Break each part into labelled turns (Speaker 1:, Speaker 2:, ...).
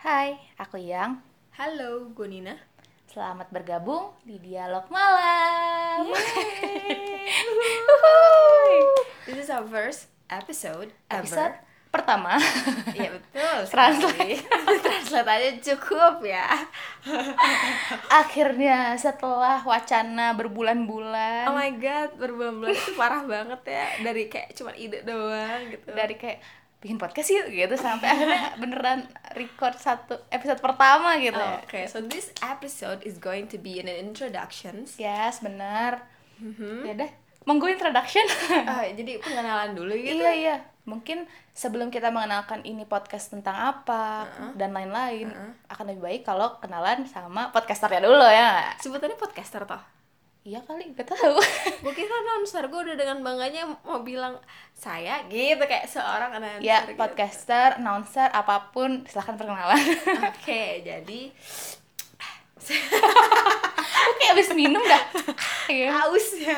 Speaker 1: Hai, aku Yang.
Speaker 2: Halo, gue Nina.
Speaker 1: Selamat bergabung di Dialog Malam.
Speaker 2: This is our first episode
Speaker 1: Uhuh. Episode
Speaker 2: ever.
Speaker 1: pertama.
Speaker 2: Iya betul.
Speaker 1: Translate.
Speaker 2: sekali. Translate aja cukup ya.
Speaker 1: Akhirnya setelah wacana berbulan-bulan
Speaker 2: Oh my god, berbulan-bulan itu parah banget ya. Dari kayak cuma ide doang gitu.
Speaker 1: dari kayak bikin podcast yuk gitu sampai akhirnya beneran record satu episode pertama gitu.
Speaker 2: Oh,
Speaker 1: ya.
Speaker 2: Oke, so this episode is going to be an introduction.
Speaker 1: Yes, benar.
Speaker 2: Mm-hmm.
Speaker 1: Ya deh, monggo introduction.
Speaker 2: Ah, jadi pengenalan dulu gitu.
Speaker 1: Iya iya, mungkin sebelum kita mengenalkan ini podcast tentang apa dan lain-lain akan lebih baik kalau kenalan sama podcasternya dulu ya. nggak?
Speaker 2: Sebutannya podcaster toh.
Speaker 1: Iya kali, gak tahu.
Speaker 2: Gue kira announcer, gue udah dengan bangganya mau bilang saya gitu kayak seorang announcer
Speaker 1: ya
Speaker 2: gitu.
Speaker 1: podcaster, announcer, apapun silahkan perkenalan.
Speaker 2: Oke, jadi
Speaker 1: Oke, abis minum dah. Iya.
Speaker 2: haus ya.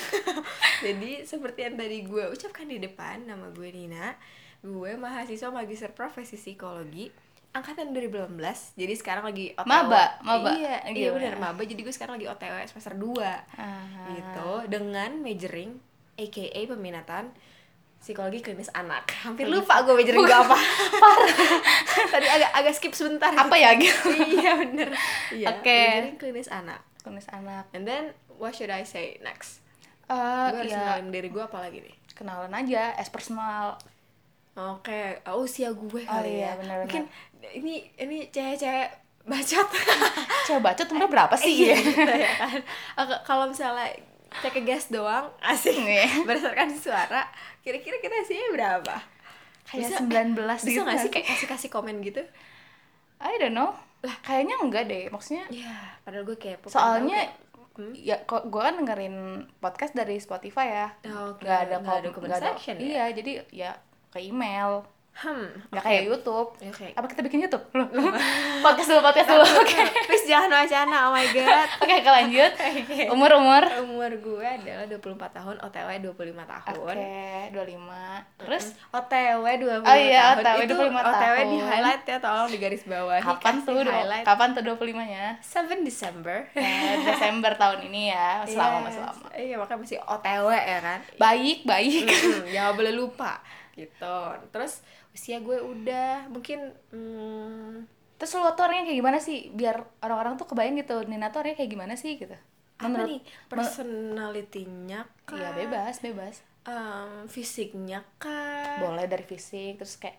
Speaker 2: Jadi seperti yang tadi gue ucapkan di depan, nama gue Nina. Gue mahasiswa magister profesi psikologi angkatan 2019. Jadi sekarang lagi OTW.
Speaker 1: Maba, maba.
Speaker 2: Iya, iya
Speaker 1: Gimana?
Speaker 2: benar maba. Jadi gue sekarang lagi OTW semester 2.
Speaker 1: Ah,
Speaker 2: Gitu dengan majoring aka peminatan psikologi klinis anak. Hampir
Speaker 1: Klinis.
Speaker 2: lupa gue majoring gue apa. tadi agak agak skip sebentar.
Speaker 1: apa ya gitu?
Speaker 2: iya bener. Iya,
Speaker 1: Oke.
Speaker 2: majoring klinis anak.
Speaker 1: Tulis anak.
Speaker 2: And then what should I say next?
Speaker 1: Eh,
Speaker 2: gue harus
Speaker 1: ya
Speaker 2: kenalin diri gue apa lagi nih
Speaker 1: kenalan aja, as personal.
Speaker 2: oke oh, usia gue
Speaker 1: Oh,
Speaker 2: kali
Speaker 1: iya,
Speaker 2: ya
Speaker 1: benar-benar.
Speaker 2: mungkin ini ini cewek-cewek bacot
Speaker 1: Coba baca umurnya berapa sih?
Speaker 2: Iya, gitu ya kan Oke, kalau misalnya take a guess doang asik
Speaker 1: Iya.
Speaker 2: berdasarkan suara kira-kira kita sih berapa
Speaker 1: Kayak
Speaker 2: Bisa- eh,
Speaker 1: 19
Speaker 2: bisa
Speaker 1: gitu
Speaker 2: nggak
Speaker 1: nanti.
Speaker 2: sih kayak kasih kasih komen gitu
Speaker 1: I don't know. Lah, kayaknya enggak deh. Maksudnya
Speaker 2: ya padahal gue kepo
Speaker 1: soalnya
Speaker 2: Hmm?
Speaker 1: ya kok gue kan dengerin podcast dari Spotify ya.
Speaker 2: Oh, oke.
Speaker 1: Nggak ada
Speaker 2: Nggak
Speaker 1: kom-
Speaker 2: ada comment
Speaker 1: nggak
Speaker 2: section ya?
Speaker 1: Iya, jadi ya ke email.
Speaker 2: hmm
Speaker 1: Nggak kayak YouTube.
Speaker 2: oke
Speaker 1: Apa kita bikin YouTube? Loh. podcast dulu, podcast dulu. Oke.
Speaker 2: Hmm, please jangan wacana oh my god
Speaker 1: Oke, kita lanjut. Umur-umur.
Speaker 2: umur gue adalah 24 tahun otw 25 tahun
Speaker 1: Oke, 25. Terus
Speaker 2: OTW 25
Speaker 1: Oh iya,
Speaker 2: tahun.
Speaker 1: OTW
Speaker 2: Itu
Speaker 1: 25
Speaker 2: OTW
Speaker 1: tahun.
Speaker 2: di highlight ya, tolong di garis bawah.
Speaker 1: kapan tuh? dua-
Speaker 2: highlight?
Speaker 1: Kapan tuh 25-nya?
Speaker 2: 7 Desember.
Speaker 1: Eh, Desember tahun ini ya. Masih lama,
Speaker 2: Yes.
Speaker 1: masih lama.
Speaker 2: Iya, makanya masih OTW ya kan.
Speaker 1: Baik, baik.
Speaker 2: Mm, Jangan boleh lupa gitu. Terus usia gue udah mungkin hmm,
Speaker 1: Terus lu tuh orangnya kayak gimana sih? Biar orang-orang tuh kebayang gitu, Nina tuh orangnya kayak gimana sih gitu.
Speaker 2: apa
Speaker 1: Menurut-
Speaker 2: nih personalitinya kah?
Speaker 1: Iya bebas, bebas.
Speaker 2: Em, fisiknya kah?
Speaker 1: Boleh dari fisik, terus kayak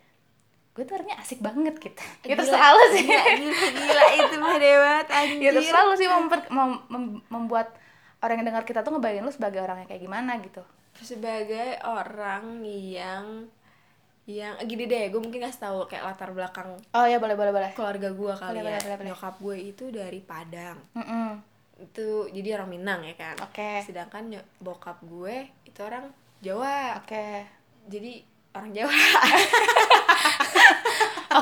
Speaker 1: gue tuh orangnya asik banget gitu. Ya
Speaker 2: Gila,
Speaker 1: terserah lu sih.
Speaker 2: Gila, gila, gila itu mah dewat
Speaker 1: Ya
Speaker 2: anjir.
Speaker 1: terserah lu sih mau memper- mau mem- membuat orang yang dengar kita tuh ngebayangin lu sebagai orang yang kayak gimana gitu.
Speaker 2: sebagai orang yang yang gini deh gue mungkin ngasih tahu kayak latar belakang
Speaker 1: Oh ya boleh boleh boleh.
Speaker 2: keluarga gue kali
Speaker 1: Boleh,
Speaker 2: ya
Speaker 1: boleh, boleh, boleh.
Speaker 2: nyokap gue itu dari Padang
Speaker 1: Mm-mm.
Speaker 2: itu jadi orang Minang ya kan
Speaker 1: Oke.
Speaker 2: sedangkan nyo- bokap gue itu orang Jawa
Speaker 1: Oke.
Speaker 2: jadi orang Jawa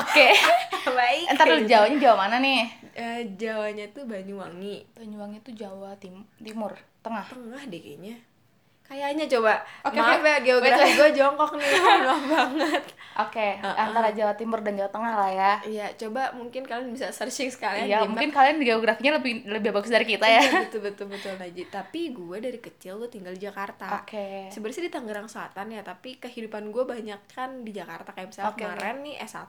Speaker 1: Oke.
Speaker 2: baik
Speaker 1: Entar dulu Jawanya Jawa mana nih?
Speaker 2: Eh, Jawanya tuh Banyuwangi
Speaker 1: Banyuwangi tuh Jawa Tim- Timur, Tengah.
Speaker 2: tengah deh kayaknya kayaknya coba
Speaker 1: Oke,
Speaker 2: maaf
Speaker 1: oke.
Speaker 2: ya geografi gue jongkok nih maaf banget
Speaker 1: Oke, antara Jawa Timur dan Jawa Tengah lah ya.
Speaker 2: iya coba mungkin kalian bisa searching sekalian
Speaker 1: Iya,
Speaker 2: di map
Speaker 1: mungkin kalian di geografinya lebih lebih bagus dari kita ya.
Speaker 2: Iya, betul betul betul Najib. Tapi gue dari kecil gue tinggal di Jakarta.
Speaker 1: Oke.
Speaker 2: Sebenarnya sih di Tangerang Selatan ya, tapi kehidupan gue banyak kan di Jakarta kayak misalnya
Speaker 1: Oke.
Speaker 2: kemarin nih S1.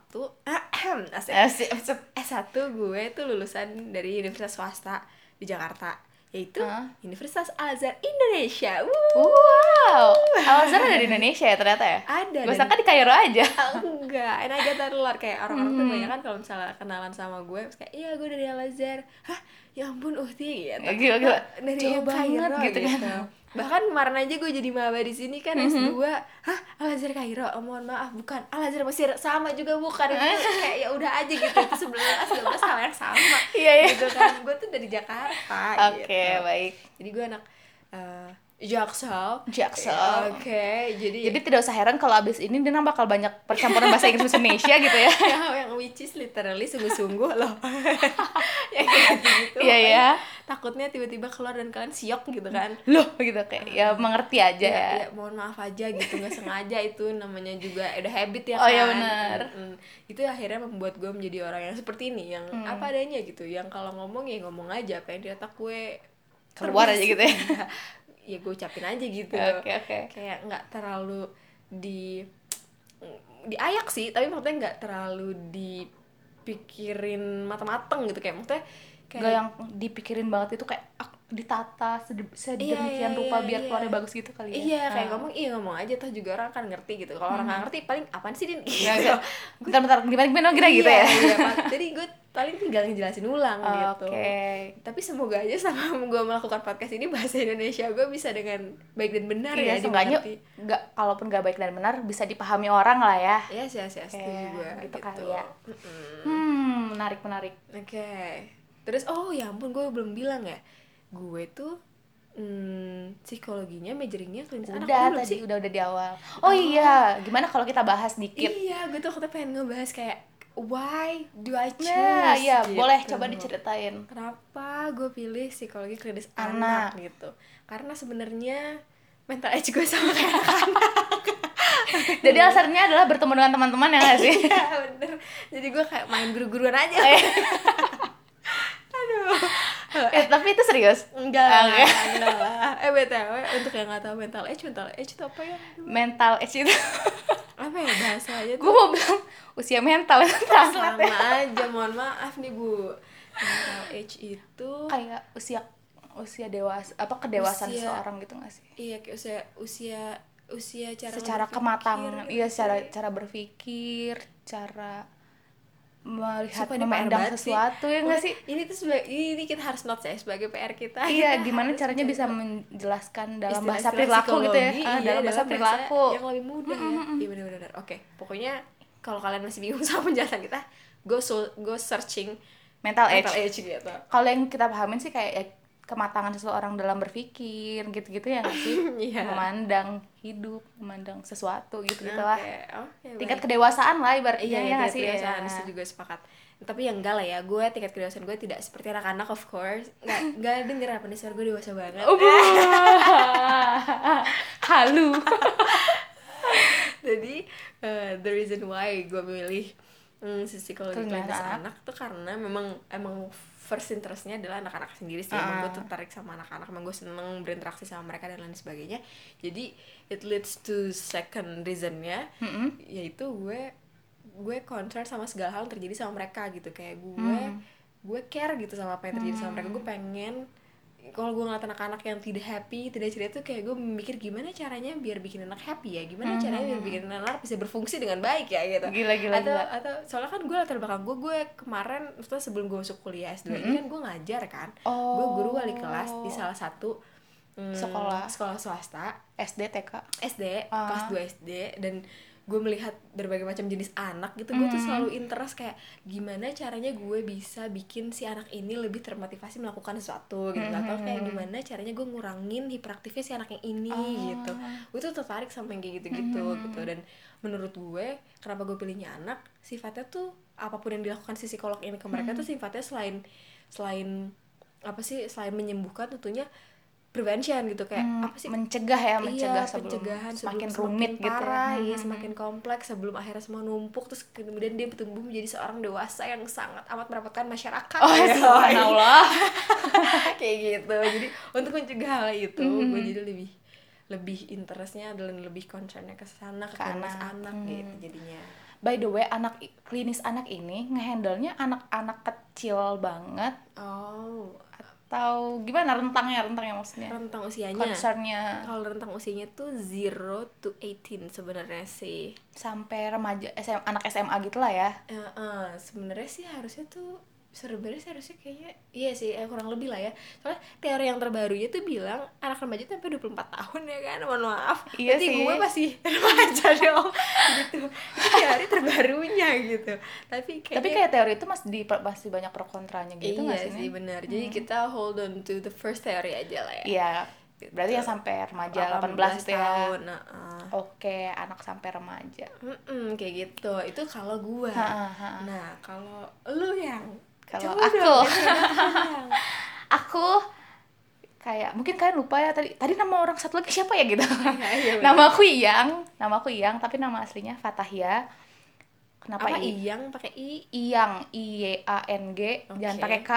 Speaker 2: asik.
Speaker 1: Eh, sip, sip.
Speaker 2: S1 gue tuh lulusan dari universitas swasta di Jakarta, yaitu
Speaker 1: Hah?
Speaker 2: Universitas Al Azhar Indonesia. Wuh,
Speaker 1: Wow, Al Azhar ada di Indonesia ya ternyata ya?
Speaker 2: Ada,
Speaker 1: Gue
Speaker 2: dan-
Speaker 1: sangka di Kairo aja.
Speaker 2: enggak, enak aja ntar luar kayak orang-orang
Speaker 1: Hmm.
Speaker 2: tuh banyak kan kalau misalnya kenalan sama gue terus kayak iya gue dari Al Azhar. Hah, ya ampun Uhti gitu.
Speaker 1: Ya, Gila gila.
Speaker 2: dari
Speaker 1: Jauh
Speaker 2: Cairo
Speaker 1: banget gitu,
Speaker 2: gitu,
Speaker 1: kan.
Speaker 2: bahkan kemarin aja gue jadi maba di sini kan S2
Speaker 1: Hmm.
Speaker 2: hah Al Azhar Kairo oh, mohon maaf bukan Al Azhar Mesir sama juga bukan itu kayak ya udah aja gitu itu sebelas dua belas hal yang sama
Speaker 1: Iya, iya.
Speaker 2: gitu kan gue tuh dari Jakarta
Speaker 1: Oke,
Speaker 2: gitu.
Speaker 1: baik.
Speaker 2: jadi gue anak eh, Jaksel.
Speaker 1: Jaksel.
Speaker 2: Ya, Oke, jadi
Speaker 1: Jadi tidak usah heran kalau abis ini Dina bakal banyak percampuran bahasa Inggris bahasa Indonesia gitu ya.
Speaker 2: yang which is literally sungguh-sungguh loh. yang kayak gitu.
Speaker 1: Iya ya.
Speaker 2: Takutnya tiba-tiba keluar dan kalian siok gitu kan.
Speaker 1: Loh gitu kayak ya
Speaker 2: Ah.
Speaker 1: mengerti aja ya.
Speaker 2: ya, mohon maaf aja gitu nggak sengaja itu namanya juga udah habit ya
Speaker 1: Oh,
Speaker 2: kan
Speaker 1: iya, benar.
Speaker 2: Mm, itu akhirnya membuat gue menjadi orang yang seperti ini yang
Speaker 1: Hmm.
Speaker 2: apa adanya gitu yang kalau ngomong ya ngomong aja apa yang di otak gue
Speaker 1: Keluar aja
Speaker 2: terbesit.
Speaker 1: gitu ya.
Speaker 2: ya gue ucapin aja gitu
Speaker 1: Oke oke.
Speaker 2: kayak nggak terlalu di diayak sih tapi maksudnya nggak terlalu dipikirin mateng-mateng gitu kayak maksudnya kayak
Speaker 1: Gak yang dipikirin banget itu kayak ah, ditata sedem- sedemikian
Speaker 2: iya,
Speaker 1: rupa
Speaker 2: iya,
Speaker 1: biar
Speaker 2: iya.
Speaker 1: keluarnya bagus gitu kali ya.
Speaker 2: Iya, kayak
Speaker 1: Ah.
Speaker 2: ngomong iya ngomong aja toh juga orang akan ngerti gitu. Kalau orang nggak ngerti paling apaan sih Din? Gitu.
Speaker 1: Ya, kayak, bentar bentar gimana gimana kira gitu
Speaker 2: Iya,
Speaker 1: ya.
Speaker 2: iya, Pak. Jadi gue paling tinggal ngejelasin ulang gitu.
Speaker 1: Oke.
Speaker 2: Tapi semoga aja sama gue melakukan podcast ini bahasa Indonesia gue bisa dengan baik dan benar
Speaker 1: Iya,
Speaker 2: ya
Speaker 1: seenggaknya
Speaker 2: dimengerti.
Speaker 1: nggak kalaupun nggak baik dan benar bisa dipahami orang lah ya.
Speaker 2: Iya, sih, sih, setuju
Speaker 1: Oke,
Speaker 2: gue
Speaker 1: gitu
Speaker 2: gitu.
Speaker 1: kali ya.
Speaker 2: Mm-mm.
Speaker 1: Hmm, menarik menarik.
Speaker 2: Oke. Terus oh ya ampun gue belum bilang ya. Gue tuh mm, psikologinya majoringnya klinis anak Udah
Speaker 1: Udah
Speaker 2: belum sih?
Speaker 1: tadi udah udah di awal. Oh, iya, gimana kalau kita bahas dikit?
Speaker 2: Iya, gue tuh waktu pengen ngebahas kayak why do I choose?
Speaker 1: Nah, iya,
Speaker 2: gitu.
Speaker 1: boleh coba diceritain.
Speaker 2: Kenapa gue pilih psikologi klinis
Speaker 1: Anak.
Speaker 2: anak, gitu? Karena sebenarnya mental age gue sama kayak
Speaker 1: Jadi alasannya adalah bertemu dengan teman-teman ya nggak sih?
Speaker 2: Iya, bener. Jadi gue kayak main guru-guruan aja.
Speaker 1: Eh.
Speaker 2: Aduh.
Speaker 1: eh, tapi itu serius.
Speaker 2: Enggak lah,
Speaker 1: Oke.
Speaker 2: enggak lah. Eh BTW, untuk yang gak tahu mental age, mental age itu apa ya?
Speaker 1: Mental age itu.
Speaker 2: Apa ya bahasanya
Speaker 1: Gue mau bilang usia mental itu
Speaker 2: Sama
Speaker 1: translate ya.
Speaker 2: aja, mohon maaf nih Bu. Mental age itu
Speaker 1: Kayak usia usia dewasa apa kedewasaan
Speaker 2: Usia.
Speaker 1: seseorang gitu nggak sih?
Speaker 2: Iya, kayak usia usia usia cara
Speaker 1: secara
Speaker 2: berpikir,
Speaker 1: kematangan, iya
Speaker 2: gitu.
Speaker 1: secara cara berpikir, cara melihat
Speaker 2: Sumpah, ini PR
Speaker 1: memandang
Speaker 2: banget sih.
Speaker 1: sesuatu ya nggak
Speaker 2: Oke,
Speaker 1: sih?
Speaker 2: Ini tuh sebagai ini kita harus notes ya sebagai PR kita.
Speaker 1: Iya,
Speaker 2: Kita
Speaker 1: gimana
Speaker 2: harus
Speaker 1: caranya bisa
Speaker 2: menjaga
Speaker 1: menjelaskan dalam
Speaker 2: istilah-istilah
Speaker 1: bahasa perilaku gitu ya?
Speaker 2: psikologi,
Speaker 1: Ah,
Speaker 2: iya, ya,
Speaker 1: dalam bahasa perilaku.
Speaker 2: Yang lebih mudah. Iya benar-benar. Oke, pokoknya kalau kalian masih bingung sama penjelasan kita, go so- go searching
Speaker 1: Mental age.
Speaker 2: mental age gitu.
Speaker 1: Kalau yang kita pahamin sih kayak ya, kematangan seseorang dalam berpikir gitu-gitu ya nggak sih?
Speaker 2: Iya.
Speaker 1: Memandang hidup, memandang sesuatu gitu-gitu gitu lah.
Speaker 2: Oke, oke,
Speaker 1: Tingkat
Speaker 2: baik.
Speaker 1: kedewasaan lah ibaratnya
Speaker 2: Iya,
Speaker 1: ya
Speaker 2: iya,
Speaker 1: nggak
Speaker 2: tingkat
Speaker 1: sih?
Speaker 2: kedewasaan
Speaker 1: Iya.
Speaker 2: itu juga sepakat. Tapi yang enggak lah ya, gue tingkat kedewasaan gue tidak seperti anak-anak of course. Enggak, enggak denger apa nih suara gue dewasa banget.
Speaker 1: Oh, bu. Halu.
Speaker 2: jadi eh, the reason why gue milih mm, si psikologi
Speaker 1: Klinis
Speaker 2: klinis
Speaker 1: anak.
Speaker 2: anak. tuh karena memang emang first interestnya adalah anak-anak sendiri sih
Speaker 1: Ah.
Speaker 2: emang gue gitu, tertarik sama anak-anak emang gue seneng berinteraksi sama mereka dan lain sebagainya jadi it leads to second reasonnya yaitu gue gue concern sama segala hal yang terjadi sama mereka gitu kayak gue
Speaker 1: Mm.
Speaker 2: gue care gitu sama apa yang terjadi sama mereka gue pengen kalau gue ngeliat anak-anak yang tidak happy tidak ceria tuh kayak gue mikir gimana caranya biar bikin anak happy ya gimana caranya biar bikin anak bisa berfungsi dengan baik ya gitu
Speaker 1: Gila, gila,
Speaker 2: atau
Speaker 1: gila.
Speaker 2: atau soalnya kan gue latar belakang gue gue kemarin maksudnya sebelum gue masuk kuliah S2 ini kan gue ngajar kan gue guru
Speaker 1: Oh.
Speaker 2: wali kelas di salah satu mm,
Speaker 1: Sekolah.
Speaker 2: sekolah swasta
Speaker 1: SD TK.
Speaker 2: SD
Speaker 1: Ah.
Speaker 2: kelas 2 SD dan gue melihat berbagai macam jenis anak gitu gue tuh selalu interest kayak gimana caranya gue bisa bikin si anak ini lebih termotivasi melakukan sesuatu gitu atau kayak gimana caranya gue ngurangin hiperaktifnya si anak yang ini
Speaker 1: Ah.
Speaker 2: gitu gue tuh tertarik sama yang kayak gitu-gitu
Speaker 1: Hmm.
Speaker 2: gitu dan menurut gue kenapa gue pilihnya anak sifatnya tuh apapun yang dilakukan si psikolog ini
Speaker 1: Hmm.
Speaker 2: ke mereka tuh sifatnya selain selain apa sih selain menyembuhkan tentunya prevention gitu kayak apa sih
Speaker 1: Mencegah ya, mencegah
Speaker 2: iya,
Speaker 1: sebelum
Speaker 2: pencegahan sebelum
Speaker 1: semakin rumit gitu ya.
Speaker 2: parah, iya, semakin kompleks sebelum akhirnya semua numpuk terus kemudian dia tumbuh menjadi seorang dewasa yang sangat amat merepotkan masyarakat
Speaker 1: Oh,
Speaker 2: ya.
Speaker 1: subhanallah.
Speaker 2: kayak gitu jadi untuk mencegah hal itu gue jadi lebih lebih interestnya adalah lebih concernnya ke sana ke,
Speaker 1: Ke
Speaker 2: anak
Speaker 1: anak.
Speaker 2: anak gitu jadinya
Speaker 1: By the way, anak klinis anak ini ngehandle-nya anak-anak kecil banget
Speaker 2: oh
Speaker 1: atau gimana rentangnya rentangnya maksudnya?
Speaker 2: rentang usianya
Speaker 1: Concernnya
Speaker 2: kalau rentang usianya tuh 0 to 18 sebenarnya sih
Speaker 1: sampai remaja SM, anak SMA gitu lah ya.
Speaker 2: Eh, eh, sebenarnya sih harusnya tuh sebenarnya sih harusnya kayaknya iya sih eh, kurang lebih lah ya soalnya teori yang terbarunya tuh bilang anak remaja tuh sampai 24 tahun ya kan mohon maaf
Speaker 1: Iya
Speaker 2: berarti
Speaker 1: sih.
Speaker 2: gue masih remaja dong gitu itu teori terbarunya gitu tapi kayaknya
Speaker 1: Tapi kayak teori itu masih di masih banyak pro kontranya gitu
Speaker 2: iya
Speaker 1: nggak
Speaker 2: sih
Speaker 1: sih? Nen?
Speaker 2: benar jadi kita hold on to the first theory aja lah ya
Speaker 1: Iya.
Speaker 2: gitu.
Speaker 1: Berarti yang sampai remaja 18 itu ya.
Speaker 2: tahun. heeh.
Speaker 1: Oke, anak sampai remaja.
Speaker 2: Mm-mm, kayak gitu. Itu kalau gua.
Speaker 1: Ha, ha, ha.
Speaker 2: Nah, kalau lu yang
Speaker 1: Kalau
Speaker 2: Coba
Speaker 1: aku.
Speaker 2: dong, yang yang.
Speaker 1: Aku kayak mungkin kalian lupa ya tadi tadi nama orang satu lagi siapa ya gitu.
Speaker 2: Iya, iya, bener.
Speaker 1: nama aku Iyang, nama aku Iyang tapi nama aslinya Fatahia. Kenapa
Speaker 2: apa
Speaker 1: I?
Speaker 2: iyang pakai i?
Speaker 1: Iyang, I Y A N G, jangan
Speaker 2: Oke. Mm.
Speaker 1: pakai K.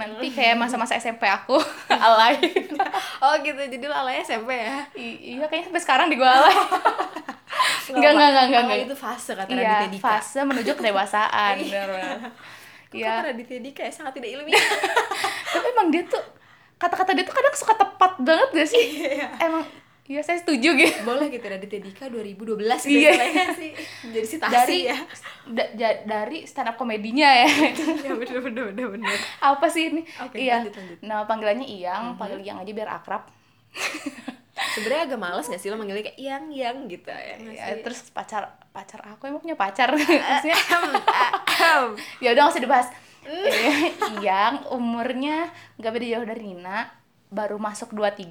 Speaker 1: Nanti kayak masa-masa SMP aku alay. Ah.
Speaker 2: Oh gitu. Jadi lu alay SMP ya.
Speaker 1: I- iya kayaknya sampai sekarang di gua alay. Enggak, enggak, enggak, enggak,
Speaker 2: Alay
Speaker 1: enggak.
Speaker 2: Oh, itu fase kata
Speaker 1: Iya,
Speaker 2: Raditya Dika.
Speaker 1: fase menuju kedewasaan.
Speaker 2: Iya.
Speaker 1: benar-benar.
Speaker 2: Kok
Speaker 1: Iya.
Speaker 2: kata Raditya Dika ya sangat tidak ilmiah.
Speaker 1: tapi emang dia tuh kata-kata dia tuh kadang suka tepat banget gak sih emang iya saya setuju gitu
Speaker 2: Boleh gitu Raditya Dika 2012 gitu
Speaker 1: Iya.
Speaker 2: istilahnya sih. Jadi sitasi
Speaker 1: dari
Speaker 2: ya.
Speaker 1: da- ja- dari stand up komedinya ya
Speaker 2: Iya bener bener bener bener.
Speaker 1: apa sih ini
Speaker 2: Oke,
Speaker 1: iya
Speaker 2: lanjut, Mhm. lanjut.
Speaker 1: nah panggilannya Iyang panggil Iyang aja biar akrab
Speaker 2: Sebenarnya agak males gak sih lo manggilnya kayak yang yang gitu ya. nggak
Speaker 1: Ya,
Speaker 2: sih?
Speaker 1: terus pacar pacar aku emang punya pacar maksudnya
Speaker 2: Ahem.
Speaker 1: ya udah nggak usah dibahas
Speaker 2: Mhm.
Speaker 1: Eh, Iyang umurnya nggak beda jauh dari Nina baru masuk 23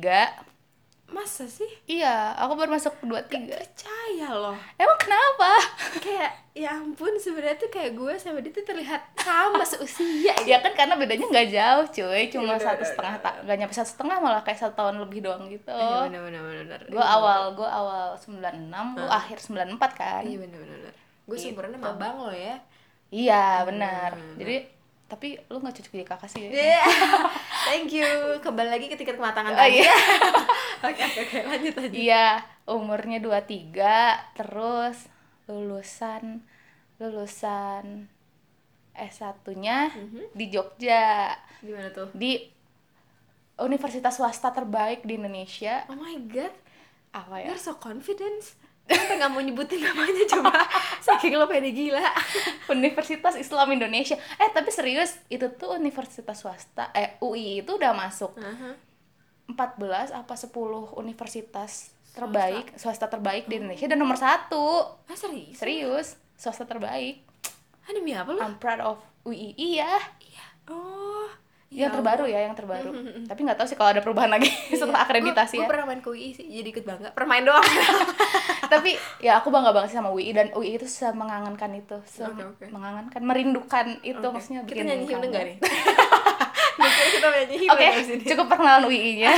Speaker 2: Masa sih?
Speaker 1: iya aku baru masuk 23
Speaker 2: Percaya loh.
Speaker 1: emang kenapa
Speaker 2: Kayak ya ampun sebenarnya tuh kayak gue sama dia tuh terlihat sama seusia. gitu.
Speaker 1: ya kan karena bedanya nggak jauh cuy cuma
Speaker 2: Iya,
Speaker 1: satu
Speaker 2: bener,
Speaker 1: setengah ta- nggak nyampe satu setengah malah kayak satu tahun lebih doang gitu
Speaker 2: Iya bener bener bener. bener.
Speaker 1: gue awal gue awal 96 lu akhir 94 kan
Speaker 2: Iya bener bener. bener. Gue sempurna sama abang lo ya.
Speaker 1: iya benar jadi tapi lu nggak cocok jadi kakak sih ya?
Speaker 2: Iya. Thank you. Kembali lagi ke tingkat
Speaker 1: Oh,
Speaker 2: kematangan tadi.
Speaker 1: iya.
Speaker 2: Oke oke oke lanjut lanjut.
Speaker 1: iya umurnya 23 terus lulusan lulusan S1-nya
Speaker 2: Mhm.
Speaker 1: di Jogja
Speaker 2: Gimana tuh?
Speaker 1: di universitas swasta terbaik di Indonesia
Speaker 2: Oh my god,
Speaker 1: apa ya
Speaker 2: you're so confident. Kenapa nggak mau nyebutin namanya coba? Saking lo pede gila.
Speaker 1: Universitas Islam Indonesia. Eh tapi serius, itu tuh universitas swasta. Eh UI itu udah masuk
Speaker 2: Uh-huh.
Speaker 1: 14 apa 10 universitas terbaik, swasta terbaik
Speaker 2: Hmm.
Speaker 1: di Indonesia dan nomor satu.
Speaker 2: Ah serius?
Speaker 1: Serius, swasta terbaik.
Speaker 2: Ah demi apa lo?
Speaker 1: I'm proud of UI iya.
Speaker 2: Oh.
Speaker 1: Yang terbaru ya, yang terbaru.
Speaker 2: Hmm,
Speaker 1: Tapi nggak tahu sih kalau ada perubahan lagi setelah akreditasi ya.
Speaker 2: Gue Iya. pernah main ke UI sih, jadi ikut bangga. Pernah main doang.
Speaker 1: tapi ya aku bangga banget sih sama UI dan UI itu semengangankan itu, sem-
Speaker 2: Oke, oke.
Speaker 1: mengangankan, merindukan itu maksudnya
Speaker 2: kita
Speaker 1: bikin
Speaker 2: nyanyi himne
Speaker 1: kangen.
Speaker 2: nggak nih? Mungkin kita nyanyi himne
Speaker 1: Oke,
Speaker 2: abis ini.
Speaker 1: cukup perkenalan UI-nya.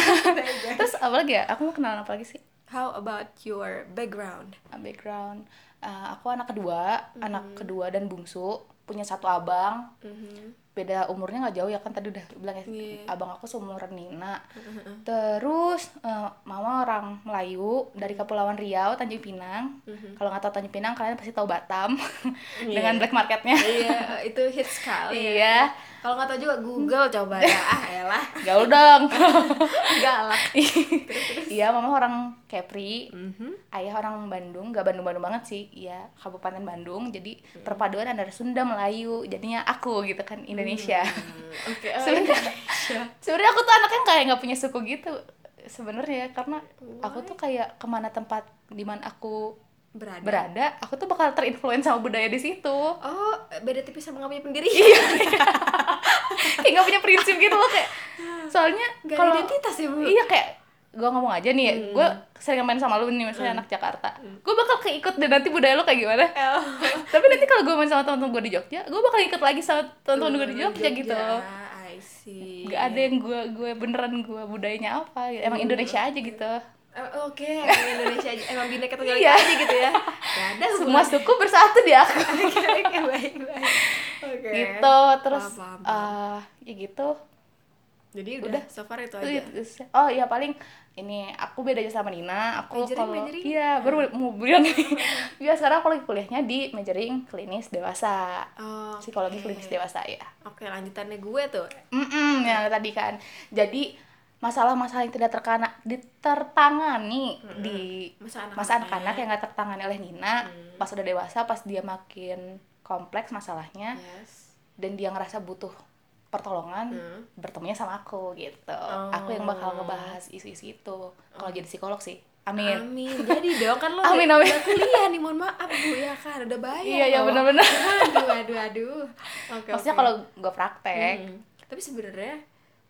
Speaker 1: Terus apa lagi ya? Aku mau kenalan apa lagi sih?
Speaker 2: How about your background?
Speaker 1: Uh, Background. Uh, aku anak kedua, anak kedua dan bungsu, punya satu abang.
Speaker 2: Mm-hmm.
Speaker 1: Beda umurnya nggak jauh ya kan tadi udah bilang ya.
Speaker 2: Iya.
Speaker 1: Abang aku seumuran Nina. Terus uh, mama orang Melayu dari Kepulauan Riau, Tanjung Pinang. Kalau nggak tahu Tanjung Pinang, kalian pasti tahu Batam dengan black marketnya.
Speaker 2: Iya, itu hits sekali.
Speaker 1: Iya,
Speaker 2: Kalau nggak tahu juga Google coba ya. Ah, elah.
Speaker 1: gaul dong.
Speaker 2: Galak.
Speaker 1: Iya, mama orang Kepri.
Speaker 2: Mm-hmm.
Speaker 1: ayah orang Bandung nggak Bandung Bandung banget sih ya Kabupaten Bandung jadi perpaduan antara Sunda Melayu jadinya aku gitu kan Indonesia
Speaker 2: Hmm. Oke. eh,
Speaker 1: Sebenarnya- sebenarnya aku tuh anaknya kayak nggak punya suku gitu sebenarnya karena aku tuh kayak kemana tempat diman aku
Speaker 2: Berada.
Speaker 1: berada aku tuh bakal terinfluence sama budaya di situ
Speaker 2: Oh, beda tipis sama nggak
Speaker 1: Iya,
Speaker 2: punya pendirian.
Speaker 1: kayak nggak punya prinsip gitu loh kayak soalnya
Speaker 2: Nggak ada
Speaker 1: kalau
Speaker 2: identitas ya, Bu?
Speaker 1: iya kayak gue ngomong aja nih ya,
Speaker 2: Hmm.
Speaker 1: gue sering main sama lu nih misalnya anak Jakarta gue bakal keikut deh nanti budaya lu kayak gimana tapi nanti kalau gue main sama teman-teman gue di Jogja gue bakal ikut lagi sama teman-teman gue di Jogja, gitu
Speaker 2: Iya, I see.
Speaker 1: gak ada yang gue gue beneran gue budayanya apa gitu.
Speaker 2: Hmm.
Speaker 1: emang Indonesia aja gitu
Speaker 2: Eh, Oke, emang Indonesia aja, emang bineka tunggal
Speaker 1: Iya.
Speaker 2: ika aja gitu ya. Gak ada
Speaker 1: semua suku bersatu di aku
Speaker 2: Oke, oke, baik, baik. Oke.
Speaker 1: gitu terus
Speaker 2: Paham, paham,
Speaker 1: eh ya gitu
Speaker 2: Jadi udah, so far itu gitu aja.
Speaker 1: Terus- oh iya paling ini aku bedanya sama Nina aku
Speaker 2: Majoring,
Speaker 1: kalau
Speaker 2: majoring. Hmm.
Speaker 1: iya baru mau bilang iya sekarang aku lagi kuliahnya di majoring klinis dewasa
Speaker 2: Oh,
Speaker 1: psikologi klinis dewasa ya
Speaker 2: Oke, lanjutannya gue tuh.
Speaker 1: Mm-mm, yang tadi kan. Jadi masalah-masalah yang tidak terkana ditertangani di
Speaker 2: Masa anak-anak ya?
Speaker 1: masa anak-anak ya? yang nggak tertangani oleh Nina
Speaker 2: Hmm.
Speaker 1: pas udah dewasa pas dia makin kompleks masalahnya
Speaker 2: Yes.
Speaker 1: dan dia ngerasa butuh pertolongan
Speaker 2: Hmm.
Speaker 1: bertemunya sama aku gitu. Aku yang
Speaker 2: Oh.
Speaker 1: bakal ngebahas isu-isu itu kalau jadi psikolog sih. Amin.
Speaker 2: Amin. Jadi dong kan lo
Speaker 1: Amin,
Speaker 2: udah-
Speaker 1: amin.
Speaker 2: udah kuliah nih, mohon maaf Bu ya kan, udah bayar.
Speaker 1: Iya, iya,
Speaker 2: loh.
Speaker 1: benar-benar.
Speaker 2: Aduh, aduh, aduh. Oke.
Speaker 1: Maksudnya
Speaker 2: oke. iya
Speaker 1: kalau gue praktek
Speaker 2: Hmm. Tapi sebenarnya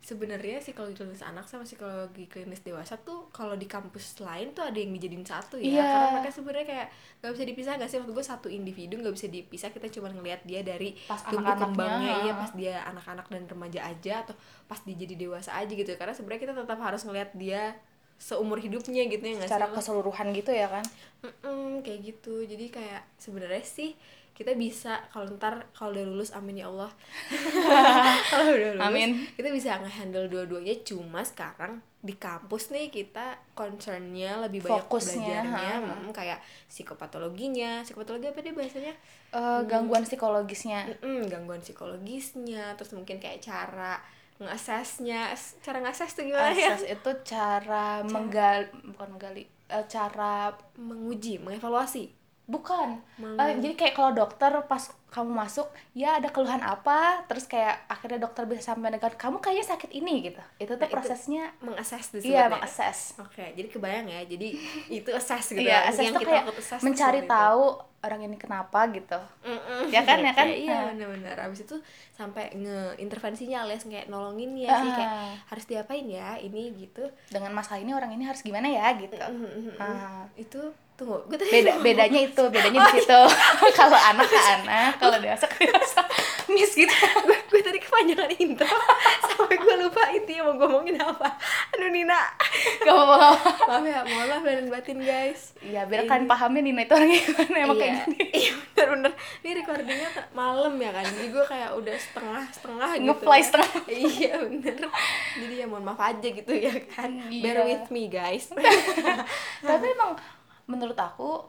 Speaker 2: sebenarnya psikologi klinis anak sama psikologi klinis dewasa tuh kalau di kampus lain tuh ada yang dijadiin satu
Speaker 1: Iya.
Speaker 2: ya karena mereka sebenarnya kayak nggak bisa dipisah gak sih maksud gue satu individu nggak bisa dipisah kita cuma ngelihat dia dari
Speaker 1: Pas
Speaker 2: tumbuh
Speaker 1: anak-anaknya,
Speaker 2: kembangnya iya
Speaker 1: ha.
Speaker 2: pas dia anak-anak dan remaja aja atau pas dia jadi dewasa aja gitu karena sebenarnya kita tetap harus ngelihat dia seumur hidupnya gitu ya nggak sih
Speaker 1: secara
Speaker 2: Lo?
Speaker 1: keseluruhan gitu ya kan
Speaker 2: Mm-mm, kayak gitu jadi kayak sebenarnya sih kita bisa kalau ntar kalau udah lulus amin ya Allah kalau udah lulus
Speaker 1: Amin.
Speaker 2: kita bisa ngehandle dua-duanya cuma sekarang di kampus nih kita concernnya lebih banyak
Speaker 1: Fokusnya,
Speaker 2: belajarnya
Speaker 1: ha, ha.
Speaker 2: mm, kayak psikopatologinya psikopatologi apa dia bahasanya
Speaker 1: Eh,
Speaker 2: Hmm.
Speaker 1: gangguan psikologisnya
Speaker 2: Mm-mm, gangguan psikologisnya terus mungkin kayak cara ngeasesnya cara ngeases tuh gimana ya
Speaker 1: akses eh, itu cara menggali bukan menggali eh, cara
Speaker 2: menguji mengevaluasi
Speaker 1: bukan
Speaker 2: Meng-
Speaker 1: Eh, jadi kayak kalau dokter pas kamu masuk ya ada keluhan apa terus kayak akhirnya dokter bisa sampai dengan kamu kayaknya sakit ini gitu itu tuh
Speaker 2: Nah, itu
Speaker 1: prosesnya
Speaker 2: mengases
Speaker 1: iya
Speaker 2: disebutnya.
Speaker 1: mengakses
Speaker 2: Oke, jadi kebayang ya. Jadi itu assess gitu.
Speaker 1: iya
Speaker 2: ya.
Speaker 1: akses
Speaker 2: Yang
Speaker 1: tuh
Speaker 2: kita
Speaker 1: kayak
Speaker 2: ikut assess
Speaker 1: mencari
Speaker 2: seperti itu.
Speaker 1: tahu orang ini kenapa gitu
Speaker 2: Mm-mm.
Speaker 1: Ya kan, ya kan?
Speaker 2: Kayak Iya,
Speaker 1: Nah.
Speaker 2: benar-benar. Abis itu sampai ngeintervensinya alias kayak nolongin ya sih
Speaker 1: Ah.
Speaker 2: kayak harus diapain ya ini gitu.
Speaker 1: dengan masalah ini orang ini harus gimana ya gitu
Speaker 2: Mm-mm.
Speaker 1: Ah.
Speaker 2: Itu tunggu, gue tadi
Speaker 1: beda
Speaker 2: mau-
Speaker 1: bedanya itu bedanya di
Speaker 2: Oh,
Speaker 1: situ
Speaker 2: iya.
Speaker 1: kalau anak ke anak kalau dewasa ke dewasa miss gitu
Speaker 2: gue, gue tadi kepanjangan intro sampai gue lupa intinya mau ngomongin apa. Aduh Nina,
Speaker 1: gak apa-apa
Speaker 2: maaf ya, mohon maaf dan batin guys.
Speaker 1: iya biar kalian pahamin Nina itu orangnya gimana emang
Speaker 2: iya.
Speaker 1: kayak gini
Speaker 2: Iya bener-bener Ini recordingnya t- malam ya kan Jadi gue kayak udah setengah-setengah gitu
Speaker 1: Nge-play
Speaker 2: ya.
Speaker 1: setengah.
Speaker 2: Iya bener Jadi ya mohon maaf aja gitu ya kan Bear
Speaker 1: Iya.
Speaker 2: with me guys
Speaker 1: tapi emang menurut aku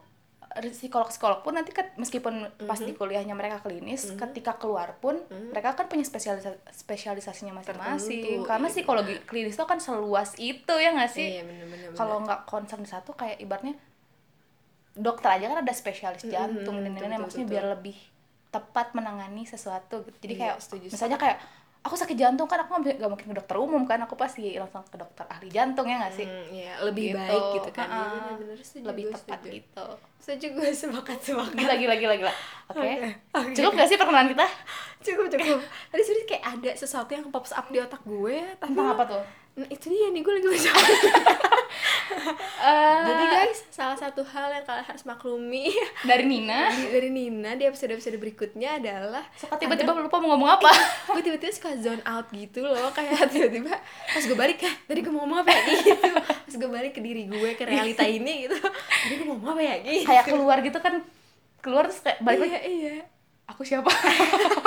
Speaker 1: psikolog psikolog pun nanti ket- meskipun pas
Speaker 2: Mhm.
Speaker 1: di kuliahnya mereka klinis ketika keluar pun mereka kan punya spesialisa- spesialisasinya masing-masing
Speaker 2: Tertentu,
Speaker 1: karena
Speaker 2: iya.
Speaker 1: psikologi klinis itu kan seluas itu ya nggak sih
Speaker 2: Iya bener-bener
Speaker 1: kalau nggak concern di satu kayak ibaratnya dokter aja kan ada spesialis jantung dan
Speaker 2: Mhm, betul,
Speaker 1: lain-lain
Speaker 2: betul,
Speaker 1: maksudnya
Speaker 2: betul.
Speaker 1: biar lebih tepat menangani sesuatu gitu jadi
Speaker 2: Iya,
Speaker 1: kayak
Speaker 2: setuju,
Speaker 1: misalnya kayak aku sakit jantung kan aku nggak mungkin ke dokter umum kan aku pasti langsung ke dokter ahli jantung ya nggak sih
Speaker 2: Hmm, iya, lebih
Speaker 1: Gitu.
Speaker 2: baik gitu kan Iya,
Speaker 1: Ha-ha.
Speaker 2: bener-bener setuju,
Speaker 1: lebih
Speaker 2: gue
Speaker 1: tepat
Speaker 2: setuju.
Speaker 1: gitu
Speaker 2: Setuju gue sepakat-sepakat
Speaker 1: gila gila gila gila oke
Speaker 2: Oke, oke.
Speaker 1: cukup gak sih perkenalan kita
Speaker 2: Cukup cukup Tadi sebenernya kayak ada sesuatu yang pops up di otak gue Tapi
Speaker 1: tentang apa tuh
Speaker 2: Nah, itu dia nih gue lagi baca Jadi
Speaker 1: Eh,
Speaker 2: guys, salah satu hal yang kalian harus maklumi
Speaker 1: dari Nina
Speaker 2: Di- dari Nina di episode-episode berikutnya adalah
Speaker 1: suka tiba-tiba lupa mau ngomong apa
Speaker 2: gue tiba-tiba suka zone out gitu loh kayak tiba-tiba pas gue balik ya tadi gue mau ngomong apa ya gitu pas gue balik ke diri gue ke realita ini gitu tadi gue mau ngomong apa ya gitu
Speaker 1: Iya. kayak keluar gitu kan keluar terus kayak balik lagi
Speaker 2: iya iya
Speaker 1: aku siapa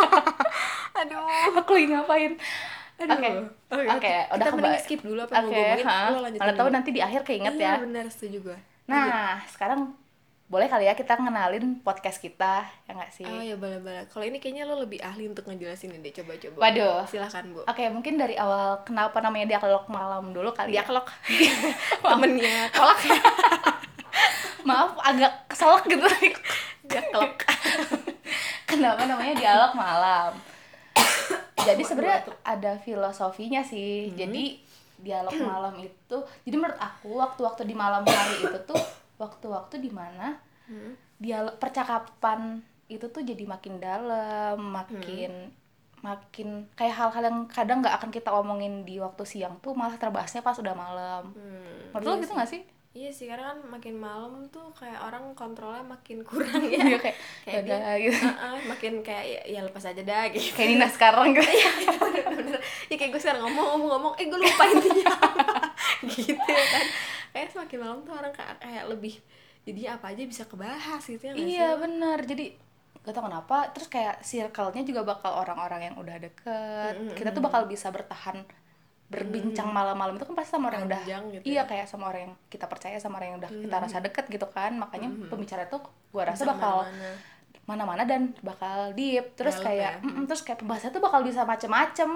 Speaker 2: aduh
Speaker 1: "Eh, aku lagi ngapain
Speaker 2: aduh
Speaker 1: Iya. oke oke udah
Speaker 2: kita mending
Speaker 1: keba-
Speaker 2: skip dulu apa yang
Speaker 1: oke
Speaker 2: mau ngomongin
Speaker 1: ha.
Speaker 2: lo lanjutin
Speaker 1: mana tahu
Speaker 2: dulu.
Speaker 1: nanti di akhir keinget
Speaker 2: iya,
Speaker 1: ya
Speaker 2: benar setuju gue
Speaker 1: nah sekarang boleh kali ya kita ngenalin podcast kita ya nggak sih
Speaker 2: oh ya bala-bala kalau ini kayaknya lo lebih ahli untuk ngejelasin deh coba-coba
Speaker 1: waduh
Speaker 2: silahkan bu
Speaker 1: Oke, mungkin dari awal kenapa namanya dialog malam dulu kali ya.
Speaker 2: kelok temennya
Speaker 1: kolak. Maaf agak keselak gitu. Dialog. kenapa namanya dialog malam? jadi sebenarnya ada filosofinya sih.
Speaker 2: Hmm.
Speaker 1: Jadi dialog malam itu jadi menurut aku waktu-waktu di malam hari itu tuh waktu-waktu di mana
Speaker 2: Hmm.
Speaker 1: dialog percakapan itu tuh jadi makin dalam, makin makin kayak hal-hal yang kadang nggak akan kita omongin di waktu siang tuh malah terbahasnya pas udah malam.
Speaker 2: Hmm,
Speaker 1: Menurut lo
Speaker 2: iya
Speaker 1: gitu nggak sih?
Speaker 2: Iya sih, karena kan makin malam tuh kayak orang kontrolnya makin kurang ya.
Speaker 1: Iya kayak Ah.
Speaker 2: Kayak
Speaker 1: "Yaudah," gitu.
Speaker 2: Heeh, makin kayak ya, ya lepas aja dah gitu.
Speaker 1: Kayak Nina sekarang gitu.
Speaker 2: Bener-bener. ya kayak gue sekarang ngomong ngomong ngomong, eh gue lupa intinya. apa. gitu ya kan. Kayak semakin malam tuh orang kayak, kayak lebih jadi apa aja bisa kebahas gitu ya nggak
Speaker 1: iya
Speaker 2: sih?
Speaker 1: benar. Jadi gak tau kenapa terus kayak circle-nya juga bakal orang-orang yang udah deket. Kita tuh bakal bisa bertahan berbincang malam-malam itu kan pasti sama orang yang udah
Speaker 2: Panjang gitu
Speaker 1: iya kayak sama orang yang kita percaya sama orang yang udah kita rasa deket gitu kan makanya pembicara tuh gua rasa bakal mana-mana
Speaker 2: Mana-mana.
Speaker 1: dan bakal deep terus
Speaker 2: Dalam
Speaker 1: kayak mm.
Speaker 2: ya.
Speaker 1: mm-mm, terus kayak pembahasannya tuh bakal bisa macem-macem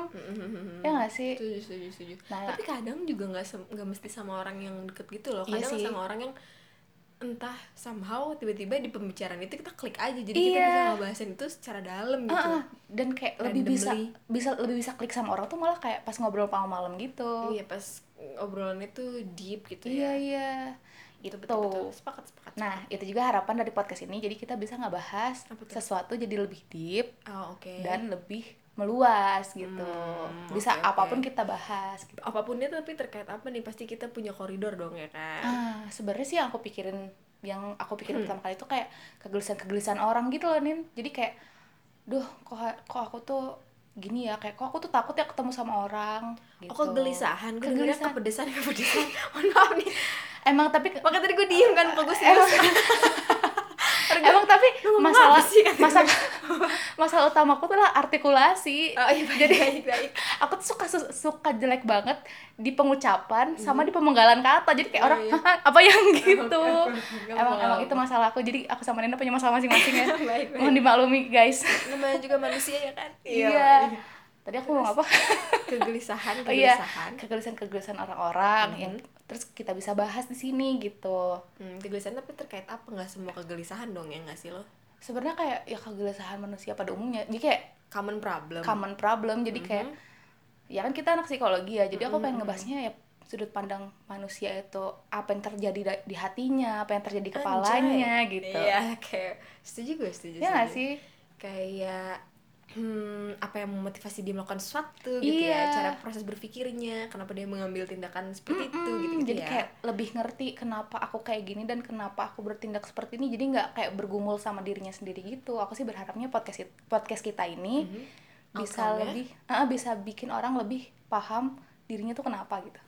Speaker 1: ya gak sih
Speaker 2: setuju setuju setuju
Speaker 1: Nah.
Speaker 2: tapi kadang juga nggak sem- nggak mesti sama orang yang deket gitu loh
Speaker 1: Iya
Speaker 2: kadang
Speaker 1: sih.
Speaker 2: sama orang yang entah somehow tiba-tiba di pembicaraan itu kita klik aja jadi kita
Speaker 1: Iya.
Speaker 2: bisa ngebahasin itu secara dalam gitu
Speaker 1: Ah, ah. dan kayak lebih bisa
Speaker 2: Randomly.
Speaker 1: bisa lebih bisa klik sama orang tuh malah kayak pas ngobrol malam-malam gitu
Speaker 2: iya pas obrolannya tuh deep gitu
Speaker 1: iya
Speaker 2: ya
Speaker 1: iya
Speaker 2: Betul,
Speaker 1: itu
Speaker 2: betul, betul. sepakat sepakat
Speaker 1: nah itu juga harapan dari podcast ini jadi kita bisa ngebahas
Speaker 2: Apa tuh?
Speaker 1: sesuatu jadi lebih deep
Speaker 2: oh oke
Speaker 1: dan lebih meluas gitu.
Speaker 2: Hmm,
Speaker 1: Bisa
Speaker 2: oke, oke.
Speaker 1: apapun kita bahas gitu.
Speaker 2: Apapunnya tapi terkait apa nih pasti kita punya koridor dong ya Hmm. kan.
Speaker 1: Ah, sebenarnya sih yang aku pikirin yang aku pikirin pertama kali itu kayak kegelisahan-kegelisahan orang gitu loh, Nin. Jadi kayak duh, kok kok aku tuh gini ya, kayak kok aku tuh takut ya ketemu sama orang gitu.
Speaker 2: Oh kok gelisahan, gue dengernya
Speaker 1: Kegelisahan.
Speaker 2: kepedesan, kepedesan Mohon maaf nih,
Speaker 1: Emang tapi
Speaker 2: makanya tadi gue diem kan, kok gue serius
Speaker 1: emang, emang tapi
Speaker 2: Lu ngomong
Speaker 1: masalah
Speaker 2: apa sih?
Speaker 1: masalah masalah utamaku tuh lah artikulasi.
Speaker 2: Oh iya, baik, baik, baik
Speaker 1: aku tuh suka su- suka jelek banget di pengucapan sama di pemenggalan kata jadi kayak
Speaker 2: Iya,
Speaker 1: orang
Speaker 2: Mhm. iya.
Speaker 1: "Hah, apa yang gitu
Speaker 2: oke, oke. Gak
Speaker 1: emang
Speaker 2: apa-apa.
Speaker 1: emang itu masalah aku jadi aku sama Nina punya masalah masing-masing ya
Speaker 2: Baik, baik.
Speaker 1: mohon dimaklumi guys
Speaker 2: Namanya juga manusia ya kan
Speaker 1: iya tadi aku mau apa
Speaker 2: Kegelisahan,
Speaker 1: oh iya
Speaker 2: kegelisahan Mhm.
Speaker 1: kegelisahan kegelisahan orang-orang yang terus kita bisa bahas di sini gitu
Speaker 2: hmm, Kegelisahan tapi terkait apa, nggak semua kegelisahan dong ya nggak sih lo?
Speaker 1: sebenarnya kayak ya kegelisahan manusia pada umumnya jadi kayak
Speaker 2: Common problem
Speaker 1: common problem jadi kayak
Speaker 2: mhm.
Speaker 1: ya kan kita anak psikologi ya jadi aku pengen ngebahasnya ya sudut pandang manusia itu apa yang terjadi da- di hatinya apa yang terjadi di kepalanya
Speaker 2: Anjay.
Speaker 1: gitu
Speaker 2: Iya, kayak setuju gue, setuju
Speaker 1: ya nggak
Speaker 2: setuju.
Speaker 1: sih
Speaker 2: kayak hmm, apa yang memotivasi dia melakukan sesuatu gitu
Speaker 1: Iya.
Speaker 2: ya cara proses berpikirnya kenapa dia mengambil tindakan seperti itu gitu,
Speaker 1: Mm, jadi
Speaker 2: ya
Speaker 1: kayak lebih ngerti kenapa aku kayak gini dan kenapa aku bertindak seperti ini jadi nggak kayak bergumul sama dirinya sendiri gitu aku sih berharapnya podcast it- podcast kita ini bisa
Speaker 2: Mhm. Outcome-nya?
Speaker 1: lebih Ah, bisa bikin orang lebih paham dirinya tuh kenapa gitu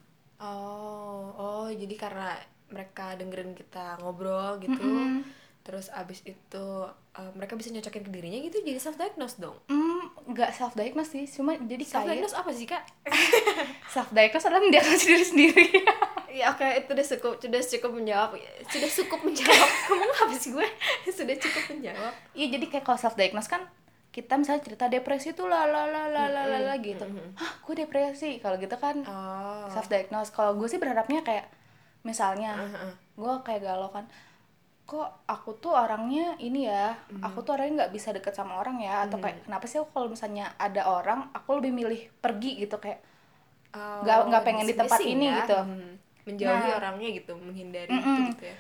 Speaker 2: oh oh jadi karena mereka dengerin kita ngobrol gitu
Speaker 1: Mm-mm.
Speaker 2: terus abis itu eh, mereka bisa nyocokin ke dirinya gitu jadi self diagnose dong
Speaker 1: Mm, nggak self diagnose sih cuma jadi
Speaker 2: self
Speaker 1: kayak
Speaker 2: diagnose apa sih kak
Speaker 1: self diagnose adalah mendiagnosis diri sendiri
Speaker 2: ya oke itu udah cukup sudah cukup menjawab sudah cukup menjawab kamu apa sih gue sudah cukup menjawab
Speaker 1: Iya jadi kayak kalau self diagnose kan kita misalnya cerita depresi tuh la la la la la la la gitu. Hah, gue depresi. Kalau gitu kan
Speaker 2: oh
Speaker 1: self diagnose. Kalau gue sih berharapnya kayak misalnya
Speaker 2: Heeh.
Speaker 1: gue kayak galau kan kok aku tuh orangnya ini ya aku tuh orangnya nggak bisa deket sama orang ya atau kayak kenapa sih aku kalau misalnya ada orang aku lebih milih pergi gitu kayak Nggak- nggak pengen di tempat
Speaker 2: dismissing
Speaker 1: ini gitu.
Speaker 2: Hmm. Oh, menjauhi
Speaker 1: Nah.
Speaker 2: orangnya gitu menghindari itu
Speaker 1: Mm-mm.
Speaker 2: gitu ya